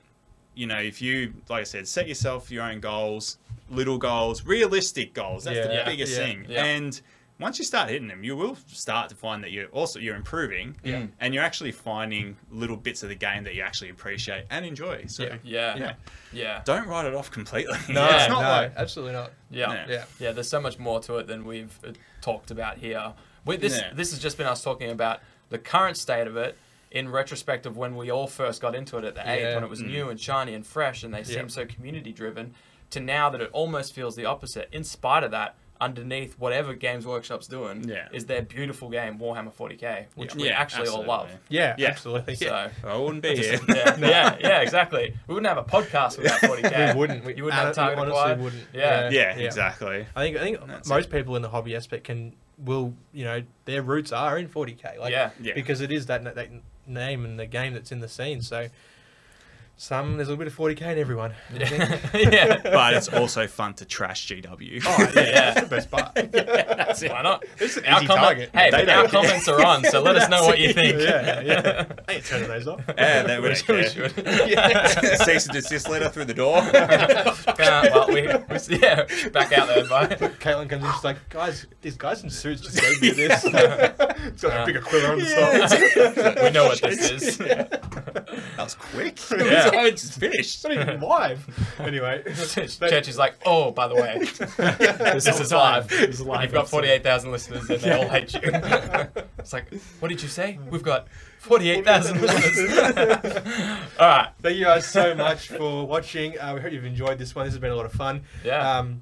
S5: you know, if you like I said, set yourself your own goals, little goals, realistic goals. That's
S2: Yeah.
S5: the biggest
S2: Yeah.
S5: thing.
S3: Yeah.
S5: And once you start hitting them, you will start to find that you're also you're improving,
S3: Yeah.
S5: and you're actually finding little bits of the game that you actually appreciate and enjoy. So
S2: Yeah.
S3: Yeah. Yeah.
S5: Yeah.
S3: Yeah.
S5: don't write it off completely.
S2: No,
S5: it's
S2: no,
S5: not like
S2: absolutely not.
S3: Yeah.
S5: Yeah.
S2: Yeah.
S3: Yeah, there's so much more to it than we've uh, talked about here. We, this
S5: Yeah.
S3: this has just been us talking about the current state of it in retrospect of when we all first got into it at the age
S2: Yeah.
S3: when it was new and shiny and fresh and they
S2: Yeah.
S3: seemed so community driven to now that it almost feels the opposite. In spite of that, underneath whatever Games Workshop's doing
S5: Yeah.
S3: is their beautiful game Warhammer 40k, which we
S5: Yeah,
S3: actually all love.
S5: absolutely.
S2: Yeah,
S5: Yeah.
S2: absolutely.
S3: So.
S5: I wouldn't be here.
S3: Yeah, yeah, yeah, exactly. We wouldn't have a podcast without 40k.
S2: We wouldn't. We
S3: you wouldn't have
S2: hon-
S3: target
S2: honestly
S3: acquired.
S2: wouldn't.
S3: Yeah.
S5: yeah,
S2: Yeah.
S5: exactly.
S2: I think I think
S5: That's
S2: most people in the hobby aspect can will you know their roots are in 40k. Like,
S3: Yeah.
S5: Yeah.
S2: Because it is that that name and the game that's in the scene. So some there's a little bit of 40k in everyone. I think.
S3: yeah.
S5: But it's also fun to trash GW.
S2: Oh, yeah,
S3: Yeah.
S2: that's the best part.
S5: That's it.
S3: Why not?
S5: an
S3: Our
S5: easy
S3: comment-
S5: target.
S3: Hey,
S5: They
S3: but our
S5: don't care.
S3: comments are on, so let us know what you think.
S2: yeah, yeah. I ain't turning those off.
S5: Yeah, they would
S3: We should.
S5: Cease and desist letter through the door.
S3: Uh, well, we, we- yeah, back out there, bye.
S2: Caitlin comes in, she's like, guys, these guys in suits just gave me this. it's got a bigger quiver on the side.
S3: We know what this is.
S5: That was quick.
S3: Yeah.
S5: it's finished.
S2: It's not even live. Anyway,
S3: Church is like, oh, by the way, this is live. You've got 48,000 listeners and they all hate you. it's like, what did you say? We've got 48,000 listeners. all right.
S2: Thank you guys so much for watching. Uh, we hope you've enjoyed this one. This has been a lot of fun.
S3: Yeah.
S2: Um,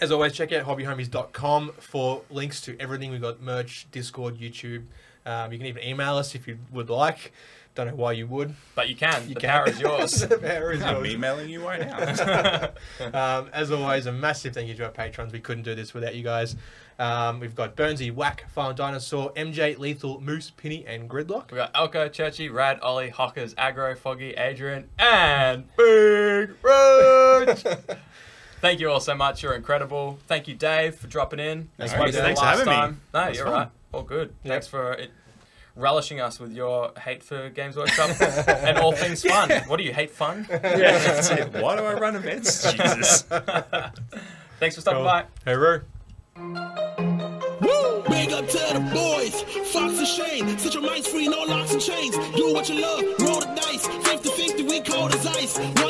S2: as always, check out hobbyhomies.com for links to everything. We've got merch, Discord, YouTube. Um, you can even email us if you would like. Don't know why you would.
S3: But you can.
S2: You
S3: the
S2: can.
S3: power is yours.
S2: The power is
S5: I'm
S2: yours.
S5: emailing you right now.
S2: um, as always, a massive thank you to our patrons. We couldn't do this without you guys. Um, we've got Burnsy, Whack, Final Dinosaur, MJ, Lethal, Moose, Penny, and Gridlock.
S3: We got Elko, Churchy, Rad, Ollie, Hockers, Agro, Foggy, Adrian, and Big Roach. Thank you all so much. You're incredible. Thank you, Dave, for dropping in.
S5: That's
S3: This won't
S5: right,
S3: be the
S5: thanks for
S3: last
S5: having me.
S3: time. No,
S5: was
S3: you're
S5: fun.
S3: right. All good.
S2: Yeah.
S3: Thanks for it, relishing us with your hate for Games Workshop and all things fun. What do you hate fun?
S5: yeah, that's it. Why do I run events? Jesus.
S2: Oh,
S3: Thanks for stopping by.
S2: Hey, Roo.
S1: Big up to the boys. Fox and Shane, set your minds free, no locks and chains. Do what you love, roll the dice. 50 50, we cold as ice. One